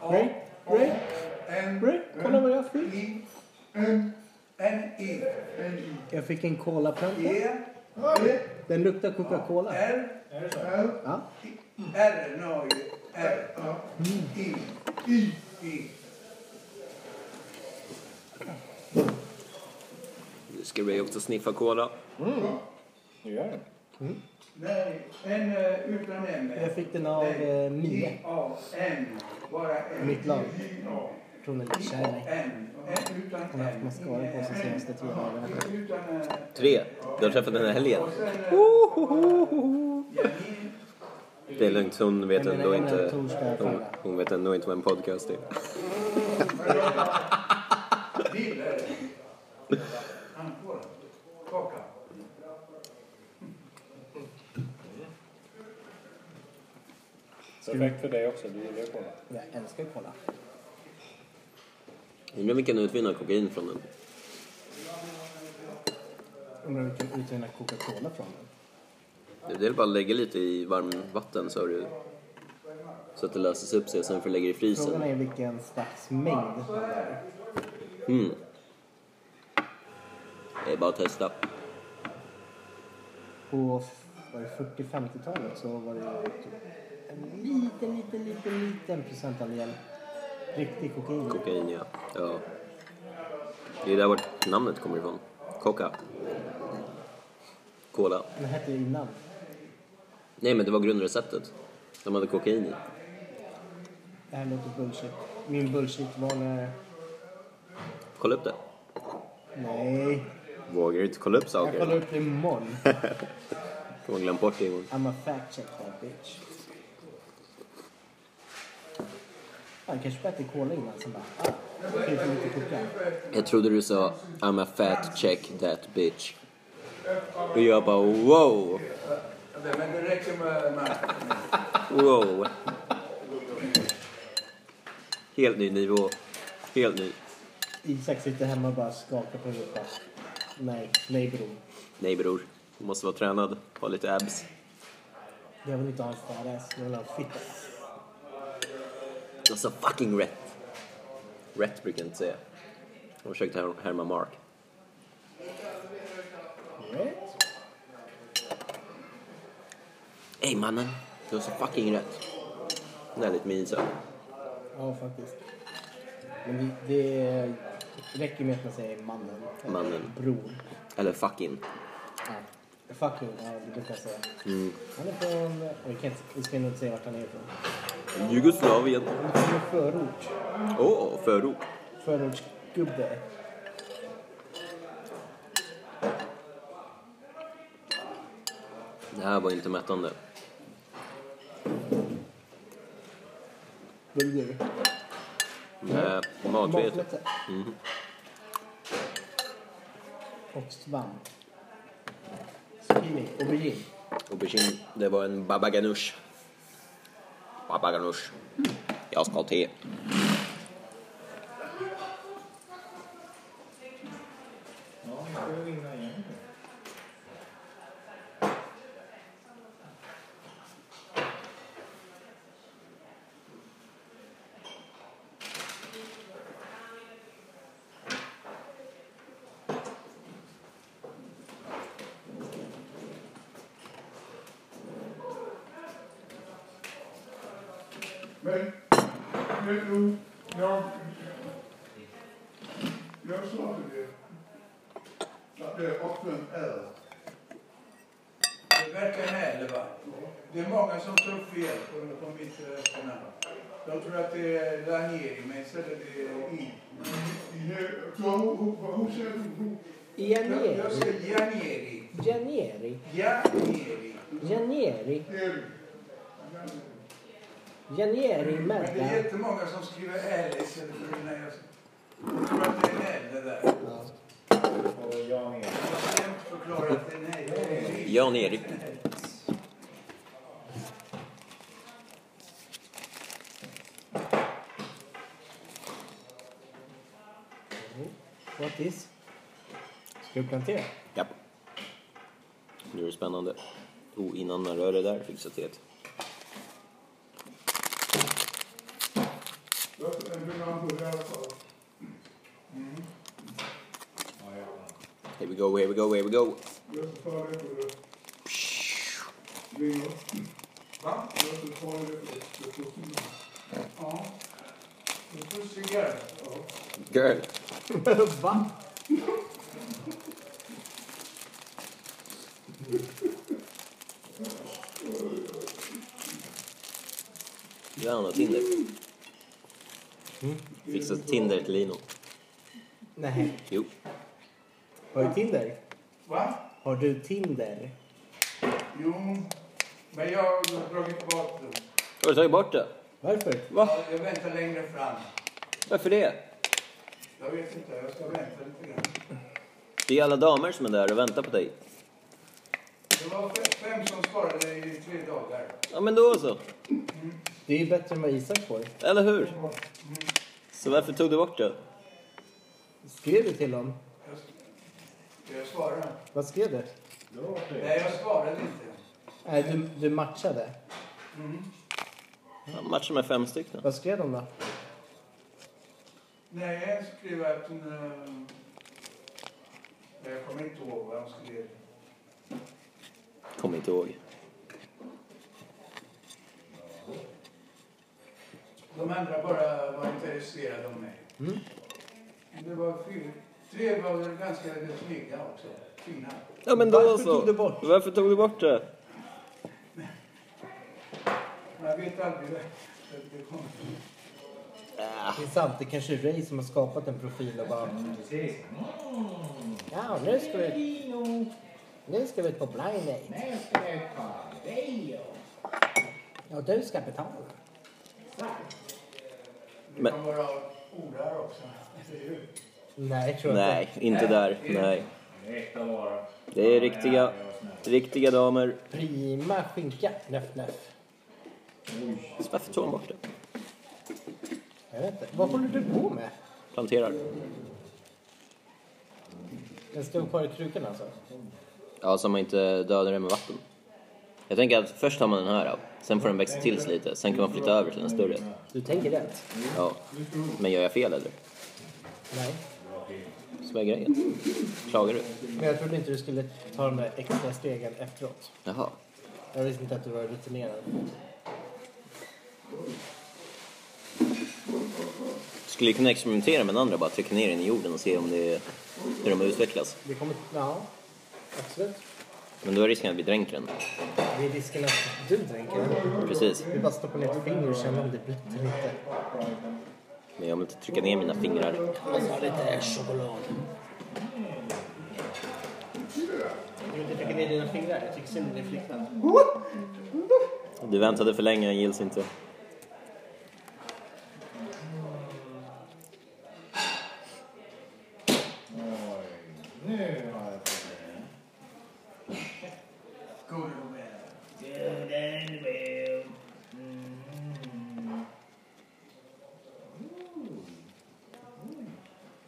Ray, Ray, N Ray, kolla vad jag fick. I N N I N I Jag fick en colaplanka. E E Den luktar Coca-Cola. L L Ja. R Norge R I I I Nu ska vi också sniffa kola. Nej, en eh, utan M. Jag fick den av eh, Mie. A N bara N Mitt lag. I A Tror ni är lite kär i mig. N N utan Hon har haft mascara på sig senaste tre dagarna. utan eh, Tre. Du har träffat den här helgen. Janine. Det är lugnt, hon vet Jag menar, ändå jag menar inte... torsdag, Hon, fredag. hon vet ändå inte vad en podcast är. Perfekt för dig också, du gillar ju kolla. Jag älskar cola. Undrar om vi kan utvinna kokain från den. Undrar vi kan utvinna Coca-Cola från den. Det är bara att lägga lite i varmvatten så, har du, så att det löses upp sig. Sen får du lägga det i frysen. Frågan är vilken slags mängd. Mm. Det är bara att testa. På f- var det 40-50-talet så var det typ en liten, liten, liten, liten procentandel riktig kokain. Kokain, ja. ja. Det är där vart namnet kommer ifrån. Koka. Cola. Den hette ju innan. Nej, men det var grundreceptet. De hade kokain i. Det här låter bullshit. Min bullshit var när... Kolla upp det. Nej. Vågar du inte kolla upp Jag kollar saker? upp det imorgon. Kommer glömt bort det imorgon. I'm a fact check that bitch. Fan, kanske bättre kolla innan sen bara... Ah, det finns lite kokain. Jag trodde du sa I'm a fat check that bitch. Och jag bara wow, Men det räcker med maten. wow. Helt ny nivå. Helt ny. Isak sitter hemma och bara skakar på huvudet. bara, Nej, nej bror. Nej bror, du måste vara tränad. Ha lite abs. Jag vill inte ha en fadass, jag vill ha en fittass. Jag sa fucking rätt. Rätt brukar jag inte säga. Jag försökte här- härma Mark. Ey mannen, du har så fucking rätt. Det är lite min så. Ja, faktiskt. Men det, det räcker med att man säger mannen. eller Mannen. Bror. Eller fucking. Ja. Fuck you, ja, det brukar jag säga. Han är från... Vi, kan inte, vi ska nog inte säga vart han är ifrån. Jugoslavien. Han är från förort. Åh, oh, förort. Förortsgubbe. Det här var inte mättande. Vill du? Nej, Eh, matvetet. Matlätte. och svamp. Zucchini, aubergine. Aubergine, det var en baba ganoush. Baba ganoush. Jag ska ha te. Ja, nu ska vi vinna igen. Men, vet du, jag... Jag sa till dig att det är öppen eld. Det verkar nära va? Det är många som tror fel på, på mitt rösterna. De tror att det är Ranieri, men istället är det I. Hur, hur, hur ser du? Jag, jag Janieri. säger Janieri. Janieri. Janieri. Janieri. Det är... Janieri Men det är mellan. jättemånga som skriver L istället för när jag... De tror att det är en L det där. Ja. Och jag med. Jag har jämt förklarat att det är nej. det är nej. Jan-Erik. What is? Ska du plantera? Japp. Nu är det spännande. Oh, innan man rör det där, fixa teet. Jag ska ändå namn på det här fallet. Ja, jag kan. Here we go, here we go, here we go. Jag ska ta det på det. Lingo. Va? Jag ska ta det på det. Jag får till det. Ja. Du får cigarr. Girl. [laughs] Va? Du har annat Tinder. Mm. Fixa Tinder till Lino. Nej. Jo. Har du Tinder? Va? Har du Tinder? Jo. Men jag har dragit bort det. Har du tagit bort det? Varför? Ja, Jag väntar längre fram. Varför det? Jag vet inte, jag ska vänta lite grann. Det är alla damer som är där och väntar på dig. Det var fe- fem som svarade i tre dagar. Ja, men då så. Det är ju bättre än vad Isak får. Eller hur? Så varför tog du bort det? Skrev du till honom? Jag, ska jag svara? Vad skrev du? Då var det. Nej, jag svarade inte. Nej, du, du matchade. Han matchar med fem stycken. Vad skrev de då? Nej, jag skrev att hon... eh, Jag kommer inte ihåg vad hon skrev. Kommer inte ihåg. De andra bara var intresserade av mig. Mm. Det var fyra. Tre var väl ganska snygga också. Fina. Ja, men då Varför så. tog du bort? Varför tog du bort det? Man vet aldrig vad det kommer. Det är sant, det kanske är Ray som har skapat en profil och bara... Precis. Ja, nu ska vi... Nu ska vi ut på blind date. Nej, jag ska jag ta dig och... Ja, du ska betala. Det Men- kan vara ordar också. Eller hur? Nej, jag tror Nej, inte där. Nej. Äkta vara. Det är riktiga, Ja, jag var snäll. riktiga damer. inte. Prima skinka. Nöff, nöff. Oj. Så varför tog han bort det? Jag vet inte. Vad håller du på med? Planterar. Den stod kvar i krukan alltså? Ja, så man inte dödar den med vatten. Jag tänker att först tar man den här, sen får den växa till sig lite, sen kan man flytta över till den större. Du tänker rätt? Ja. Men gör jag fel eller? Nej. Som är grejen. Klagar du? Men jag trodde inte du skulle ta de där extra stegen efteråt. Jaha. Jag visste inte att du var rutinerad. Skulle ju kunna experimentera med den andra, bara trycka ner den i jorden och se om det hur de utvecklas. Det kommer... Ja. Absolut. Men då är risken att vi dränker den. Det är risken att du dränker den. Precis. Det är bara att stoppa ner ett finger och känna om det blött eller inte. Men jag vill inte trycka ner mina fingrar. Jag sa lite choklad. Du vill inte trycka ner dina fingrar? Jag tycker synd om din flickvän. Du väntade för länge, han gills inte. Oj. Nej, Ja, jag tror det. Gode och väl. Good and well. Mm.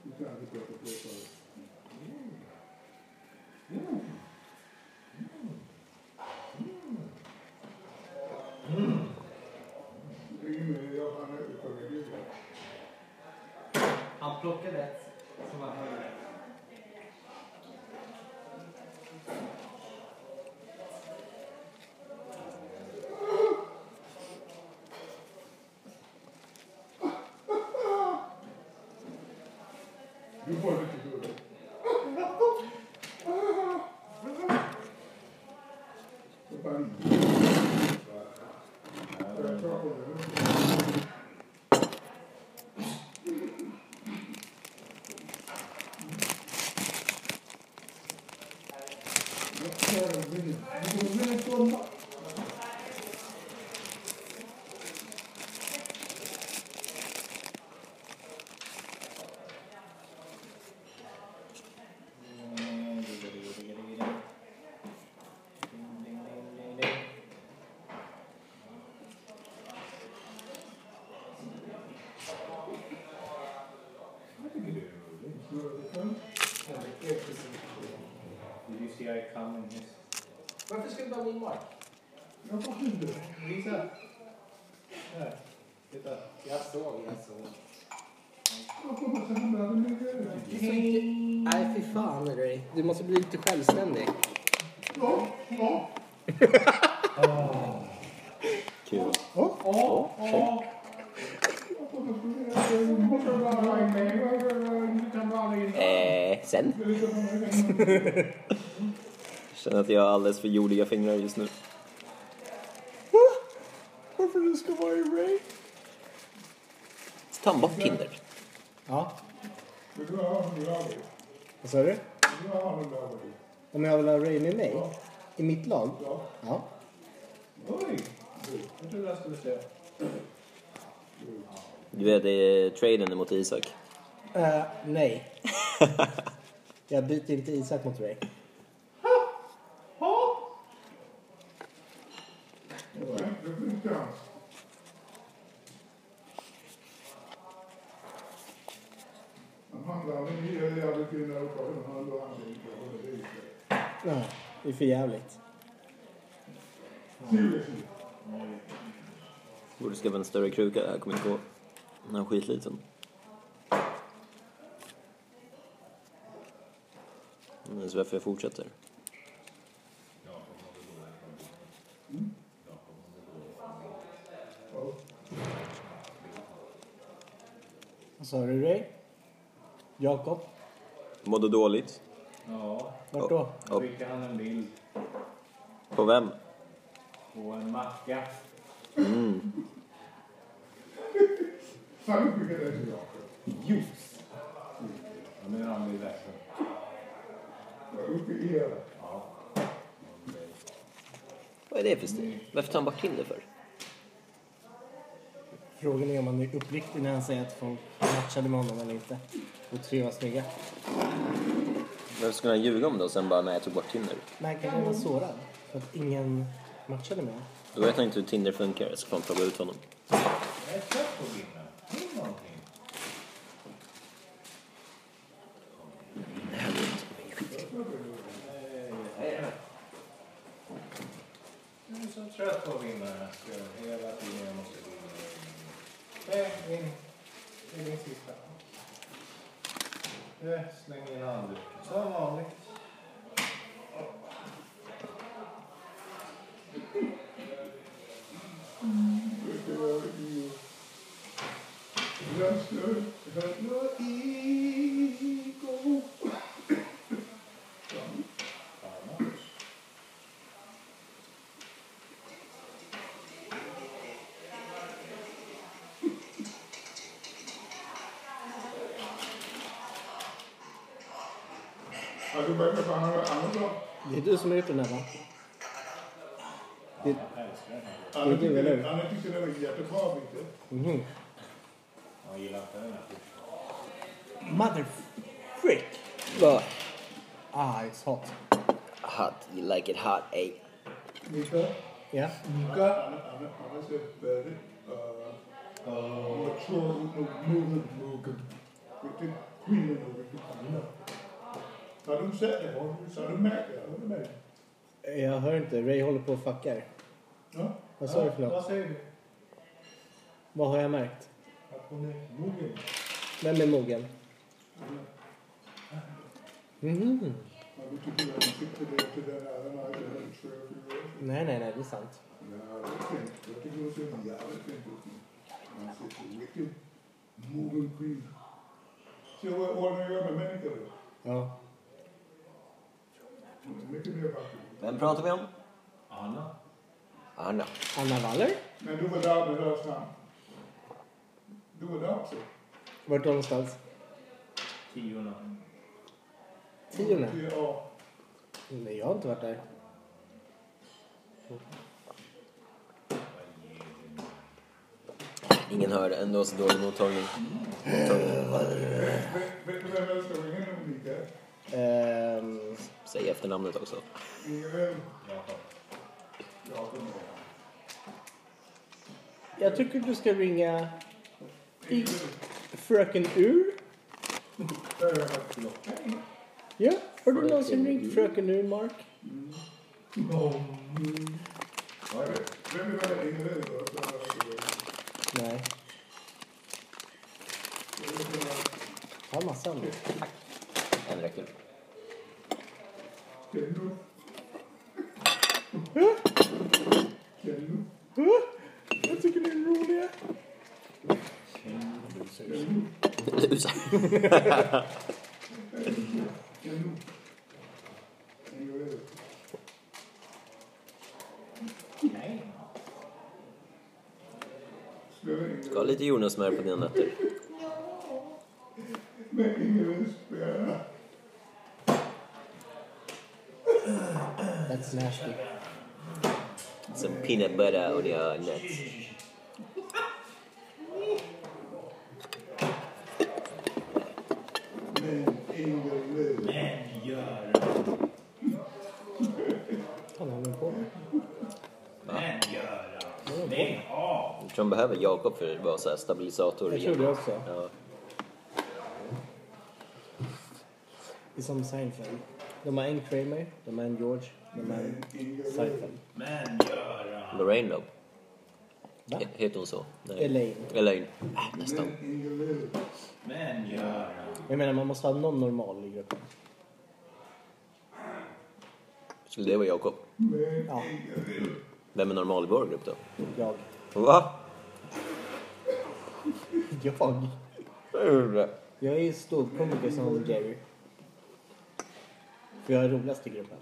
du kan inte prata på det. Ring mig, jag har en övertagning. Han plockar rätt, så var han rätt. Du får lite guld. Så fan. Jag tar på det. Did you see I come in his... Varför ska du ha min mark? Jag fattar inte. Visa. Här, titta. Jag såg, jag såg. Jag kommer att säga med mig grejer. Nej, fy fan Ray. Du måste bli lite självständig. Ja, ja. Kul. Jag kommer att fundera. Jag måste vara i mig. Jag kan vara i mig. Eh, sen? [laughs] Jag känner att jag har alldeles för jordiga fingrar just nu. Varför du ska vara i Ray? Ta bort Tinder. Ja, Vill du ha en lag? vad sa du? Vill du ha en lag? Om jag vill ha Ray med mig? I mitt lag? Ja. Ja. Oj! Jag trodde jag skulle säga. Du vet, det är traden mot Isak. Eh, [laughs] nej. jag byter inte Isak mot Ray. Nej, det finns chans. Han handlar med nya jävligt fina uppgifter. Han handlar han inte. Han handlar inte. Nej, det är för jävligt. Seriously. Borde skaffa en större kruka, det här kommer inte gå. Den är skitliten. Det är så varför jag fortsätter. Vad sa du Ray? Jakob? Mådde dåligt. Ja, Vart då? Ja. då skickade han en bild På vem? på en macka. Han skickade det till Jakob. Ljus! Ja, nu är han ju värsta. Uppe i er. Vad är det för stil? Varför tar han bort Tinder för? Frågan är om han är uppriktig när han säger att folk matchade med honom eller inte. Och tre var snygga. Varför skulle han ljuga om det och sen bara, nej jag tog bort Tinder? Men han kanske var sårad för att ingen matchade med honom. Då vet han inte hur Tinder funkar, jag ska fan fråga ut honom. Jag är trött på bilden. Det är någonting. Jag är så trött på vinnarna. Hela tiden jag måste vinna. Nej, vinn. Det är min sista. Jag slänger in handduken. Som vanligt. Alltså, vad är det för andra? Andra? Det är du som har gjort den här va? Jag älskar den här. Alla Det är väl det. tyckte- alla tyckte det var jättebra, Victor. Mhm. Jag gillar inte den här. Mother frick. Vad? Ah, it's hot. Hot, you like it hot, eh? Mika, Yeah. Mika, Anna said very uh, uh, mature movement movement. Riktigt kvinnomovement. Så har du sett det, har du- så har du märkt det, har du märkt det? Jag hör inte. Ray håller på och fuckar. Ja. Vad sa du för något? Vad säger du? Vad har jag märkt? Att hon är mogen. Vem är mogen? Mhm. Ja, du tycker jag sitter där till den äran och jag är en trö för er. Nej, nej, nej, det är sant. Ja, det är fint. Jag tycker hon ser jävligt fint ut nu. Man ser så mycket movement queen. Se vad ordnar jag med människor. Ja. Hon är mycket mer vacker. Vem pratar vi om? Anna. Anna. Anna Waller? Men du var där med röst namn. Du var där också. Vart då någonstans? Tiorna. Tiorna? Ja. Nej, jag har inte varit där. Ingen hörde, ändå så dålig mottagning. Mottagning. Vet vet du vem jag ska ringa nu, Mikael? Ehm, Säg efternamnet också. Mikael Jakob. Jakob. jag tycker du ska ringa I- Fröken Ur. Där har jag varit blocka. Ja, har du Fröken någonsin ringt Ur? Fröken Ur, Mark? Vad är det? Vem är det jag ringer nu då? Så har jag varit blocka. Nej. Jag vet inte vad- Ta en massa nu. En räcker. Kenno. Kenno. Jag tycker ni är roliga. Lusar. Kenno. Jag gör det. Nej. Ska jag ringa? Ska ha lite jordnötssmör på dina nötter. Men ingen vill spela. That's nasty. Some peanut butter on your nuts. Men ingen vill. Han håller på. Jag tror de behöver Jakob för att vara så här stabilisator. Jag igen. tror det också. Ja. Det är som Seinfeld. De har en Kramer, de har en George, de har en Seinfeld. Lorraine då? Va? He- Heter hon så? Nej. Elaine. Elaine. Äh, nästan. Men Göran. Jag menar, man måste ha någon normal i gruppen. Skulle det vara Jakob? Ja, Vem är normal i vår grupp då? jag. Va? Jag? Jag är ju ståuppkomiker som Holly Gary. För jag är roligast i gruppen.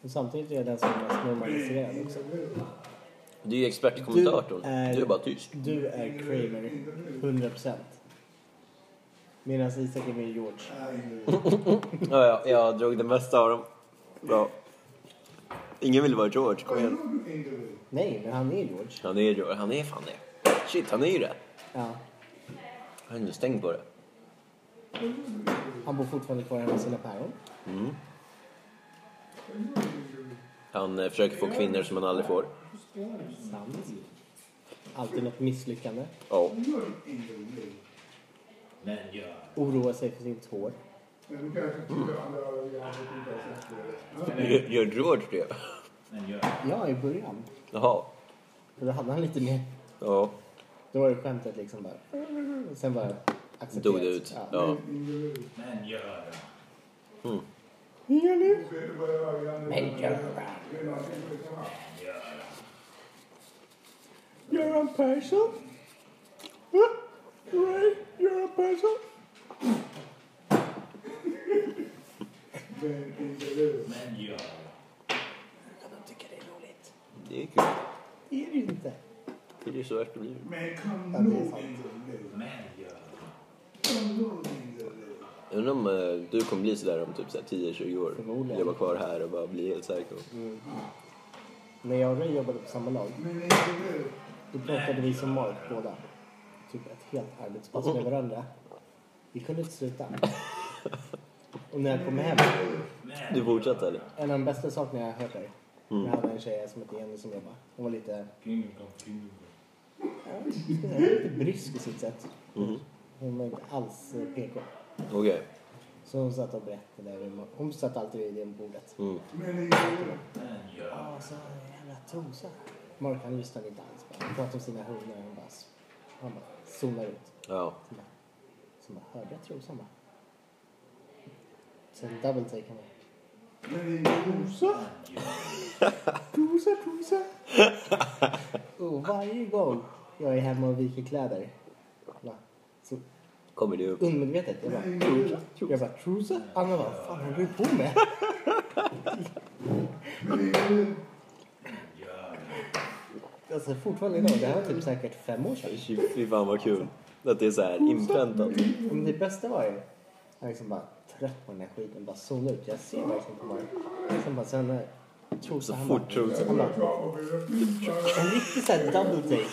Men samtidigt är jag den som är mest normaliserad också. Du är ju expert i kommentatorn. Du är- är, bara tyst. Du är Kramer, 100%. Medan Isak är mer George. Ja, ja, jag drog det mesta av dem. Bra. Ingen vill vara George, kom igen. Nej, men han är George. Han är George, han är fan det. Shit, han är ju det. Ja. Jag har inte stängt på det. Han bor fortfarande kvar hemma hos sina päron. Han eh, försöker få kvinnor som han aldrig får. Sant. Alltid något misslyckande. Ja. Men Göran. Oroar sig för sitt hår. Gör gör George det? Men Göran. Ja, i början. Jaha. För då hade han lite mer... Ja. Då var det skämtet liksom bara... Sen bara... accepterat. Dog det ut. Ja. Ja. Men Göran. Men Göran. Göran Persson? Va? Nej, Göran Persson? Men Göran. Kan de tycka det är roligt? Det är kul. Det är det ju inte. Det är ju så värst det blir. Men kom Ja, det är nu, sant. Men Göran. kom nu, Ingrid. Jag undrar om eh, du kommer bli sådär om typ så här 10-20 år. Förmodligen. Jobba kvar här och bara bli helt psycho. När jag och Ray jobbade på samma lag, Men Ingrid, då pratade vi som Mark båda. Typ ett helt arbetspass med varandra. Vi kunde inte sluta. Och när jag kom hem, Du fortsätter eller? en av de bästa sakerna jag har hört där. Jag hade en tjej som hette Jenny som jobbade. Hon var lite, ja, ska jag säga, lite brysk i sitt sätt. Mhm. Hon var inte alls eh, PK. Okej. Så hon satt och berättade. hur hon- Hon satt alltid vid det bordet. Mm. Ja, så jävla trosa. Mark han lyssnade inte alls. bara. Han pratade om sina hundar. Han bara, han bara zonar ut. Ja. Så bara, så bara hörde jag trosan bara. Sen double take han bara. Trosa, trosa. [laughs] Och varje gång jag är hemma och viker kläder. va, Så Kommer du upp? undermedvetet. Jag bara, trosa. Jag bara, trosa. Anna bara, fan vad håller du på med? [laughs] Alltså fortfarande idag, det här var typ säkert fem år sedan. Shit, Fy fan vad kul. Att det är så här inpräntat. Men det bästa var ju, jag är liksom bara trött på den här skiten, bara zonar ut. Jag ser verkligen på morgonen. Sen bara, sen när Så trosan, han bara, fort tror jag. han bara, en riktig såhär double take.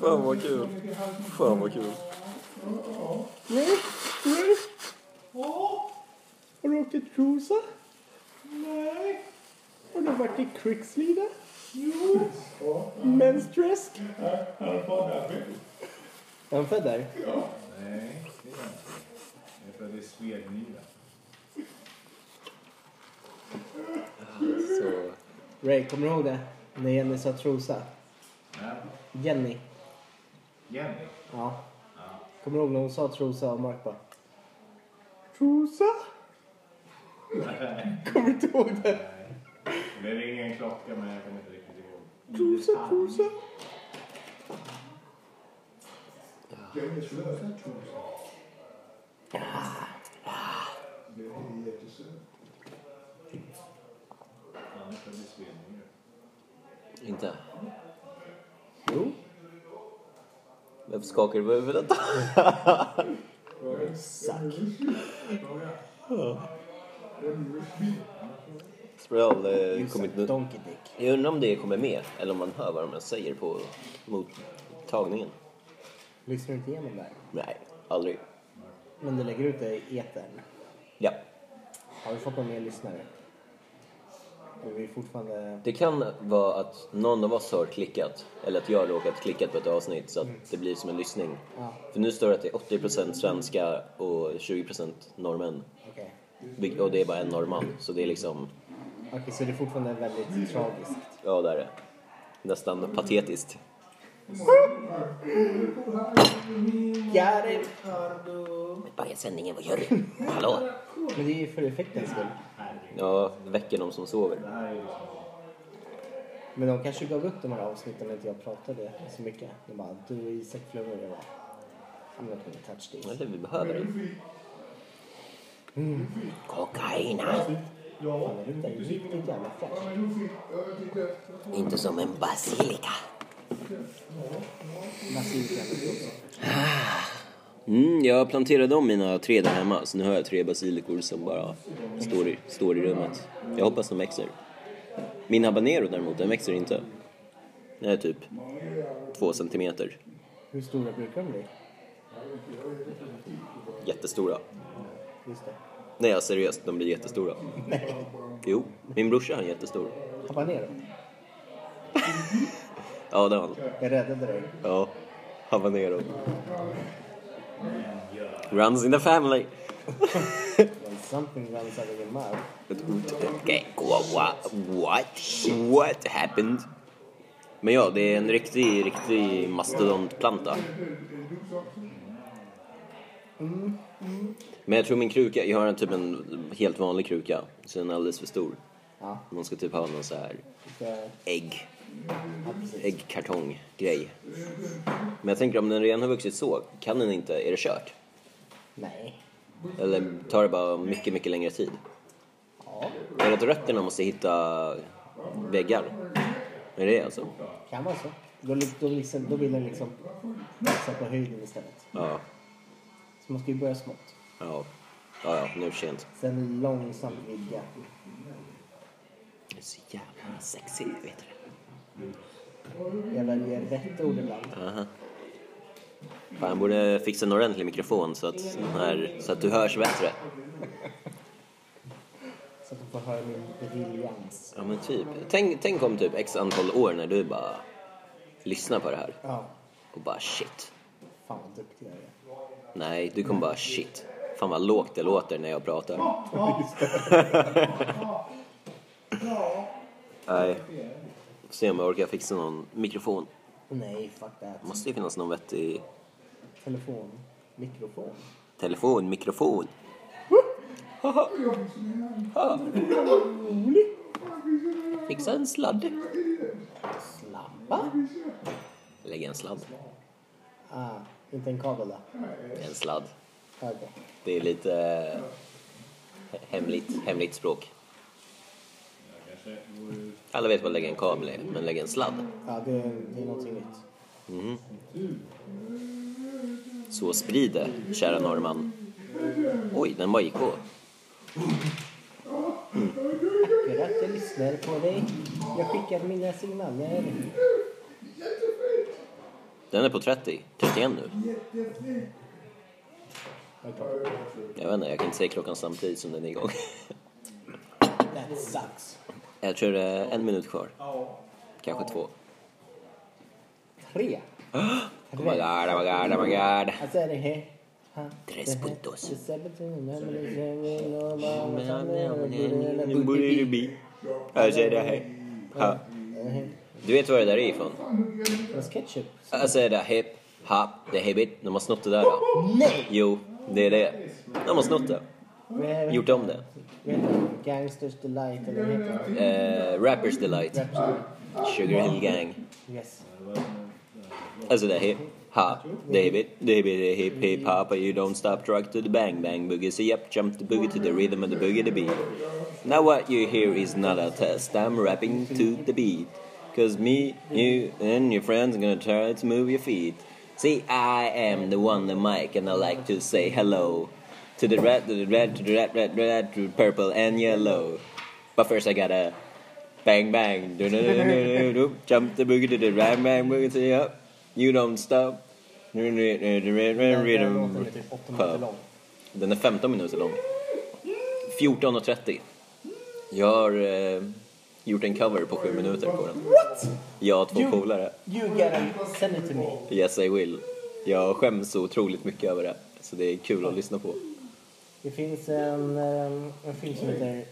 Fan vad kul. Fan vad kul. Har du åkt till Trosa? Nej. Har du varit i Krigslida? Jo. Mensträsk? Är han född där? Nej, det är jag inte. Jag är född i Svedmyra. Så. Ray, kommer du ihåg det? När Jenny sa Trosa. Nej, Jenny. Jenny. Ja. Kommer du ihåg när hon sa Trosa och Mark bara... Trosa? kommer du inte ihåg det? Det ringer en klocka men jag kommer inte riktigt ihåg. Trosa, Trosa. Han är född i Svedmyra. Inte. Jo. Varför skakar du på huvudet? Suck. Sproul eh, kommer Suck inte... Donkey dick. Jag undrar om det kommer med. Eller om man hör vad de säger på mottagningen. Lyssnar du inte igenom det här? Nej, aldrig. Men du lägger ut det i etern. Ja. Har vi fått några mer lyssnare? Och vi är fortfarande... Det kan vara att någon av oss har klickat. Eller att jag har råkat klicka på ett avsnitt så att det blir som en lyssning. Ja, För nu står det att det är 80% svenska och 20% norrmän. okej. Vil- Och det är bara en norrman. Så det är liksom, Okej, så det är fortfarande väldigt tragiskt. ja där är det. Nästan patetiskt. Ja, det... Vad är sändningen? Vad gör du? Hallå? Men det är ju för effektens skull. Ja, det väcker de som sover. Men de kanske gav upp de här avsnitten när inte jag pratade så mycket. De bara, du och Isak Flummer, jag bara... I'm not gonna touch this. Eller vi behöver det. Mm. Kokaina. Fan, det luktar riktigt jävla fräscht. Inte som en basilika. Basilika med sås. Ah. Mm, jag planterade om mina tre där hemma, så nu har jag tre basilikor som bara står i, står i rummet. Jag hoppas de växer. Min habanero däremot, den växer inte. Den är typ två centimeter. Hur stora brukar de bli? Jättestora. Just det. Nej, jag seriöst, de blir jättestora. Jo, min brorsa han är jättestor. Habanero. Ja, det har han. Jag räddade dig. Ja, habanero. Runs in the family. Well, something runs out of your mouth. Okay, what, what, what happened? Men ja, det är en riktig, riktig mastodontplanta. Men jag tror min kruka, jag har en typ en helt vanlig kruka, så den är alldeles för stor. Ja, Man ska typ ha någon så här det... ägg, Ja, precis. äggkartong-grej. Men jag tänker om den redan har vuxit så, kan den inte, är det kört? Nej. Eller tar det bara mycket, mycket längre tid? Ja, Eller att rötterna måste hitta väggar. Är det alltså? kan vara så. Då, li- då, liksom, då vill den liksom växa på höjden istället. Ja. Så man ska ju börja smått. Ja. Ja, ja, nu är det sent. Sen långsamt vidga. Det är så jävla sexigt, vet du Jag väljer rätt ord ibland. Aha. Fan, Han borde fixa en ordentlig mikrofon så att, den här, så att du hörs bättre. Så att du får höra min briljans. Ja men typ. Tänk, tänk om typ x antal år när du bara lyssnar på det här Ja, och bara shit. fan vad duktig jag är. Nej, du kommer bara shit. Fan vad lågt det låter när jag pratar. Nej. Får se om jag orkar fixa någon mikrofon. Nej, fuck that. Det måste ju finnas någon vettig Telefon. Mikrofon. telefon, mikrofon. Fixa en sladd. Slabba? Lägg en sladd. Ah, inte en kabel då? En sladd. Ja, Okej. Det är lite eh, hemligt, hemligt språk. Alla vet vad lägga en kabel är, men lägga en sladd. Ja, det, det är någonting nytt. Mhm. Så sprid det, kära norrman. Oj, den bara gick på. Akkurat, jag lyssnar på dig. Jag skickar mina signaler. Den är på 30. 31 nu. Jag vet inte, jag kan inte säga klockan samtidigt som den är igång. That sucks. Jag tror det är en minut kvar. Kanske två. Tre. Oh my god, oh my god, oh my god. Alltså är det här. Ha, Tres det här. puntos. Det ser ut som en hemlig djungel och mamma som är en Jag säger det här. Ha. Du vet vad det där är ifrån? Vad ketchup? Jag säger det här, hip, hop, det är hibbit. De har snott det där. Nej! Jo, det är det. De har snott det. Gjort om det. Vad heter det? Gangsters Delight eller vad heter det? Eh, Rappers Delight. Sugar Hill Gang. Yes. Alltså det är hip, hop, det är hibbit. Det är hibbit, det är hip, hip, hop. You don't stop, drug to the bang, bang, boogie. So yep, jump the boogie to the rhythm of the boogie the beat. Now what you hear is not a test. I'm rapping to the beat. Cause me, you, and your friends are gonna try to move your feet. See, I am the one, the mic, and I like to say hello. To the red, to the red, to the red, red, red, to purple and yellow. But first I gotta bang bang, do do do do do do, jump the boogie to the bang bang boogie to the up. You don't stop. Do do do do do do Den låten do är do typ åtta minuter do. lång. Den är 15 minuter lång. 14.30. Jag har eh, gjort en cover på 7 minuter på den. What? Jag och två You- polare. You gotta send it to me. Yes I will. Jag skäms så otroligt mycket över det. Så det är kul att lyssna på. Det finns en, ehm, en film som heter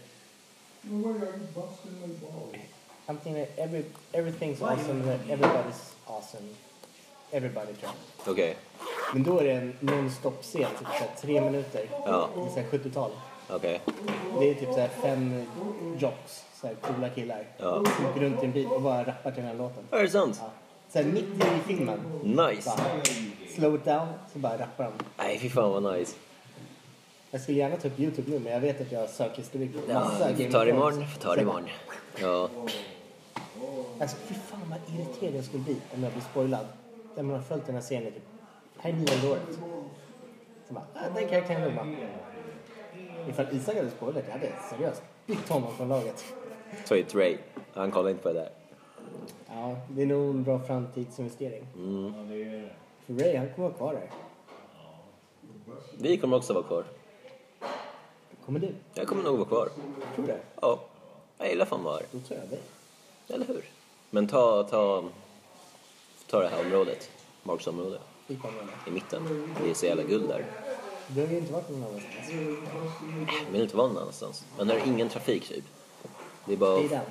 Something that every, everything's awesome that everybody's awesome. Everybody tror jag. Okej. Men då är det en non-stop-scen, typ såhär tre minuter. Ja. Det är såhär 70-tal. Okej. Det är typ såhär fem jocks, såhär coola killar. Ja. Som åker runt i en bil och bara rappar till den här låten. Är det sant? Ja. Såhär mitt i filmen, Nice. bara slow it down, så bara rappar de. Nej fy fan vad nice. Jag skulle gärna ta upp Youtube nu men jag vet att jag har sökhistorik på Ja, massa vi Game får ta of Thrones. det imorgon. vi får ta det imorgon. Ja. Alltså fy fan vad irriterad jag skulle bli om jag blir spoilad. Där man har följt den här scenen typ. Här är nionde året. Så bara, ah, den karaktären dog bara. Ifall Isak hade spoilat, jag hade seriöst bytt honom från laget. Ta hit Ray. Han kollar inte på det där. Ja, det är nog en bra framtidsinvestering. Mm. För Ray, han kommer vara kvar där. Vi kommer också vara kvar. Kommer du? Jag kommer nog vara kvar. Tror du det? Ja. Jag gillar fan att vara här. Då tar jag dig. Eller hur? Men ta, ta, ta det här området. Marksområdet. Vi kommer med. I mitten. Det är så jävla guld där. Du har ju inte varit någon annanstans. Jag vill inte vara någon annanstans. Men där är ingen trafik typ. Det är bara Det är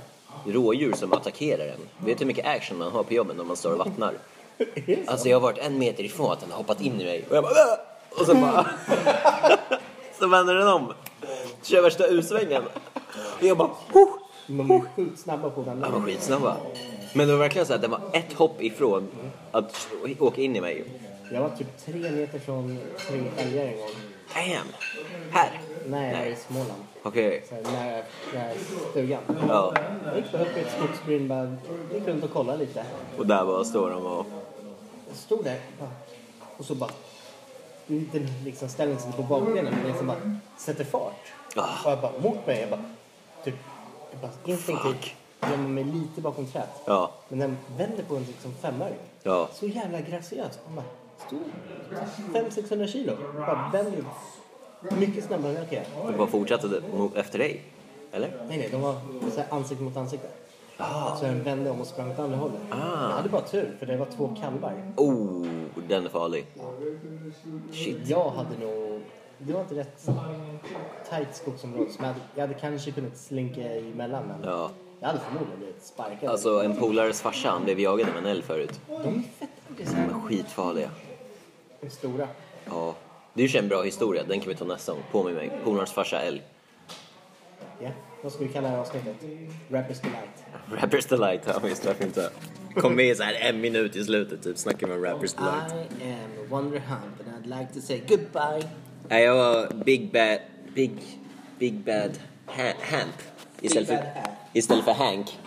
den. rådjur som attackerar en. Vet du hur mycket action man har på jobbet när man står och vattnar? [laughs] Alltså jag har varit en meter ifrån att den har hoppat in i mig. Och jag bara... "Åh!" Och så bara... [laughs] så vänder den om. Kör värsta U-svängen. Och jag bara... "Huh!" De är sjukt snabba på den. Han var skitsnabba. Men det var verkligen så att den var ett hopp ifrån att åka in i mig. Jag var typ tre meter från tre älgar en gång. Damn! Här! Nej, jag var Nej. i Småland. Okej. Så här, nära, nära stugan. Ja. Jag gick bara upp i ett skogsbryn bara gick runt och kollade lite. Och där bara står de och... Jag stod där bara, och så bara... Den liksom ställer sig på bakbenen men liksom bara sätter fart. Ah. Och jag bara mot mig. Jag bara typ... Jag bara instinktivt gömmer mig lite bakom trädet. Ja. Men den vänder på en liksom femöring. Ja. Så jävla graciöst. Man bara, Stor. 500-600 kilo. Bara vänjer. Mycket snabbare än raketer. De bara fortsatte det mo- efter dig? Eller? Nej, nej, de var så här ansikte mot ansikte. Ah. Så den vände om och sprang åt andra hållet. Jag ah. hade bara tur, för det var två kalvar. Oh, den är farlig. Shit. Jag hade nog... Det var inte rätt tajt skogsområde, så jag hade, jag hade kanske kunnat slinka emellan. Men Ja. Jag hade förmodligen blivit sparkad. Alltså en polares farsa, han blev jagad av en älg förut. De är fett De aggressiva. är skitfarliga. De är stora. Ja. Det är ju en bra historia, den kan vi ta nästa gång. Påminn mig. Polarens farsa älg. Ja, vad ska vi kalla det här avsnittet? Rappers Delight. Rappers Delight, ja visst varför inte. Kom med så här en minut i slutet typ, snackar vi om Rappers Delight. I am Wonder Hunt and I'd like to say goodbye. Nej, jag var Big Bad, Big, Big Bad Ha- Hamp. Istället Bad för, Hamp. istället för Hank.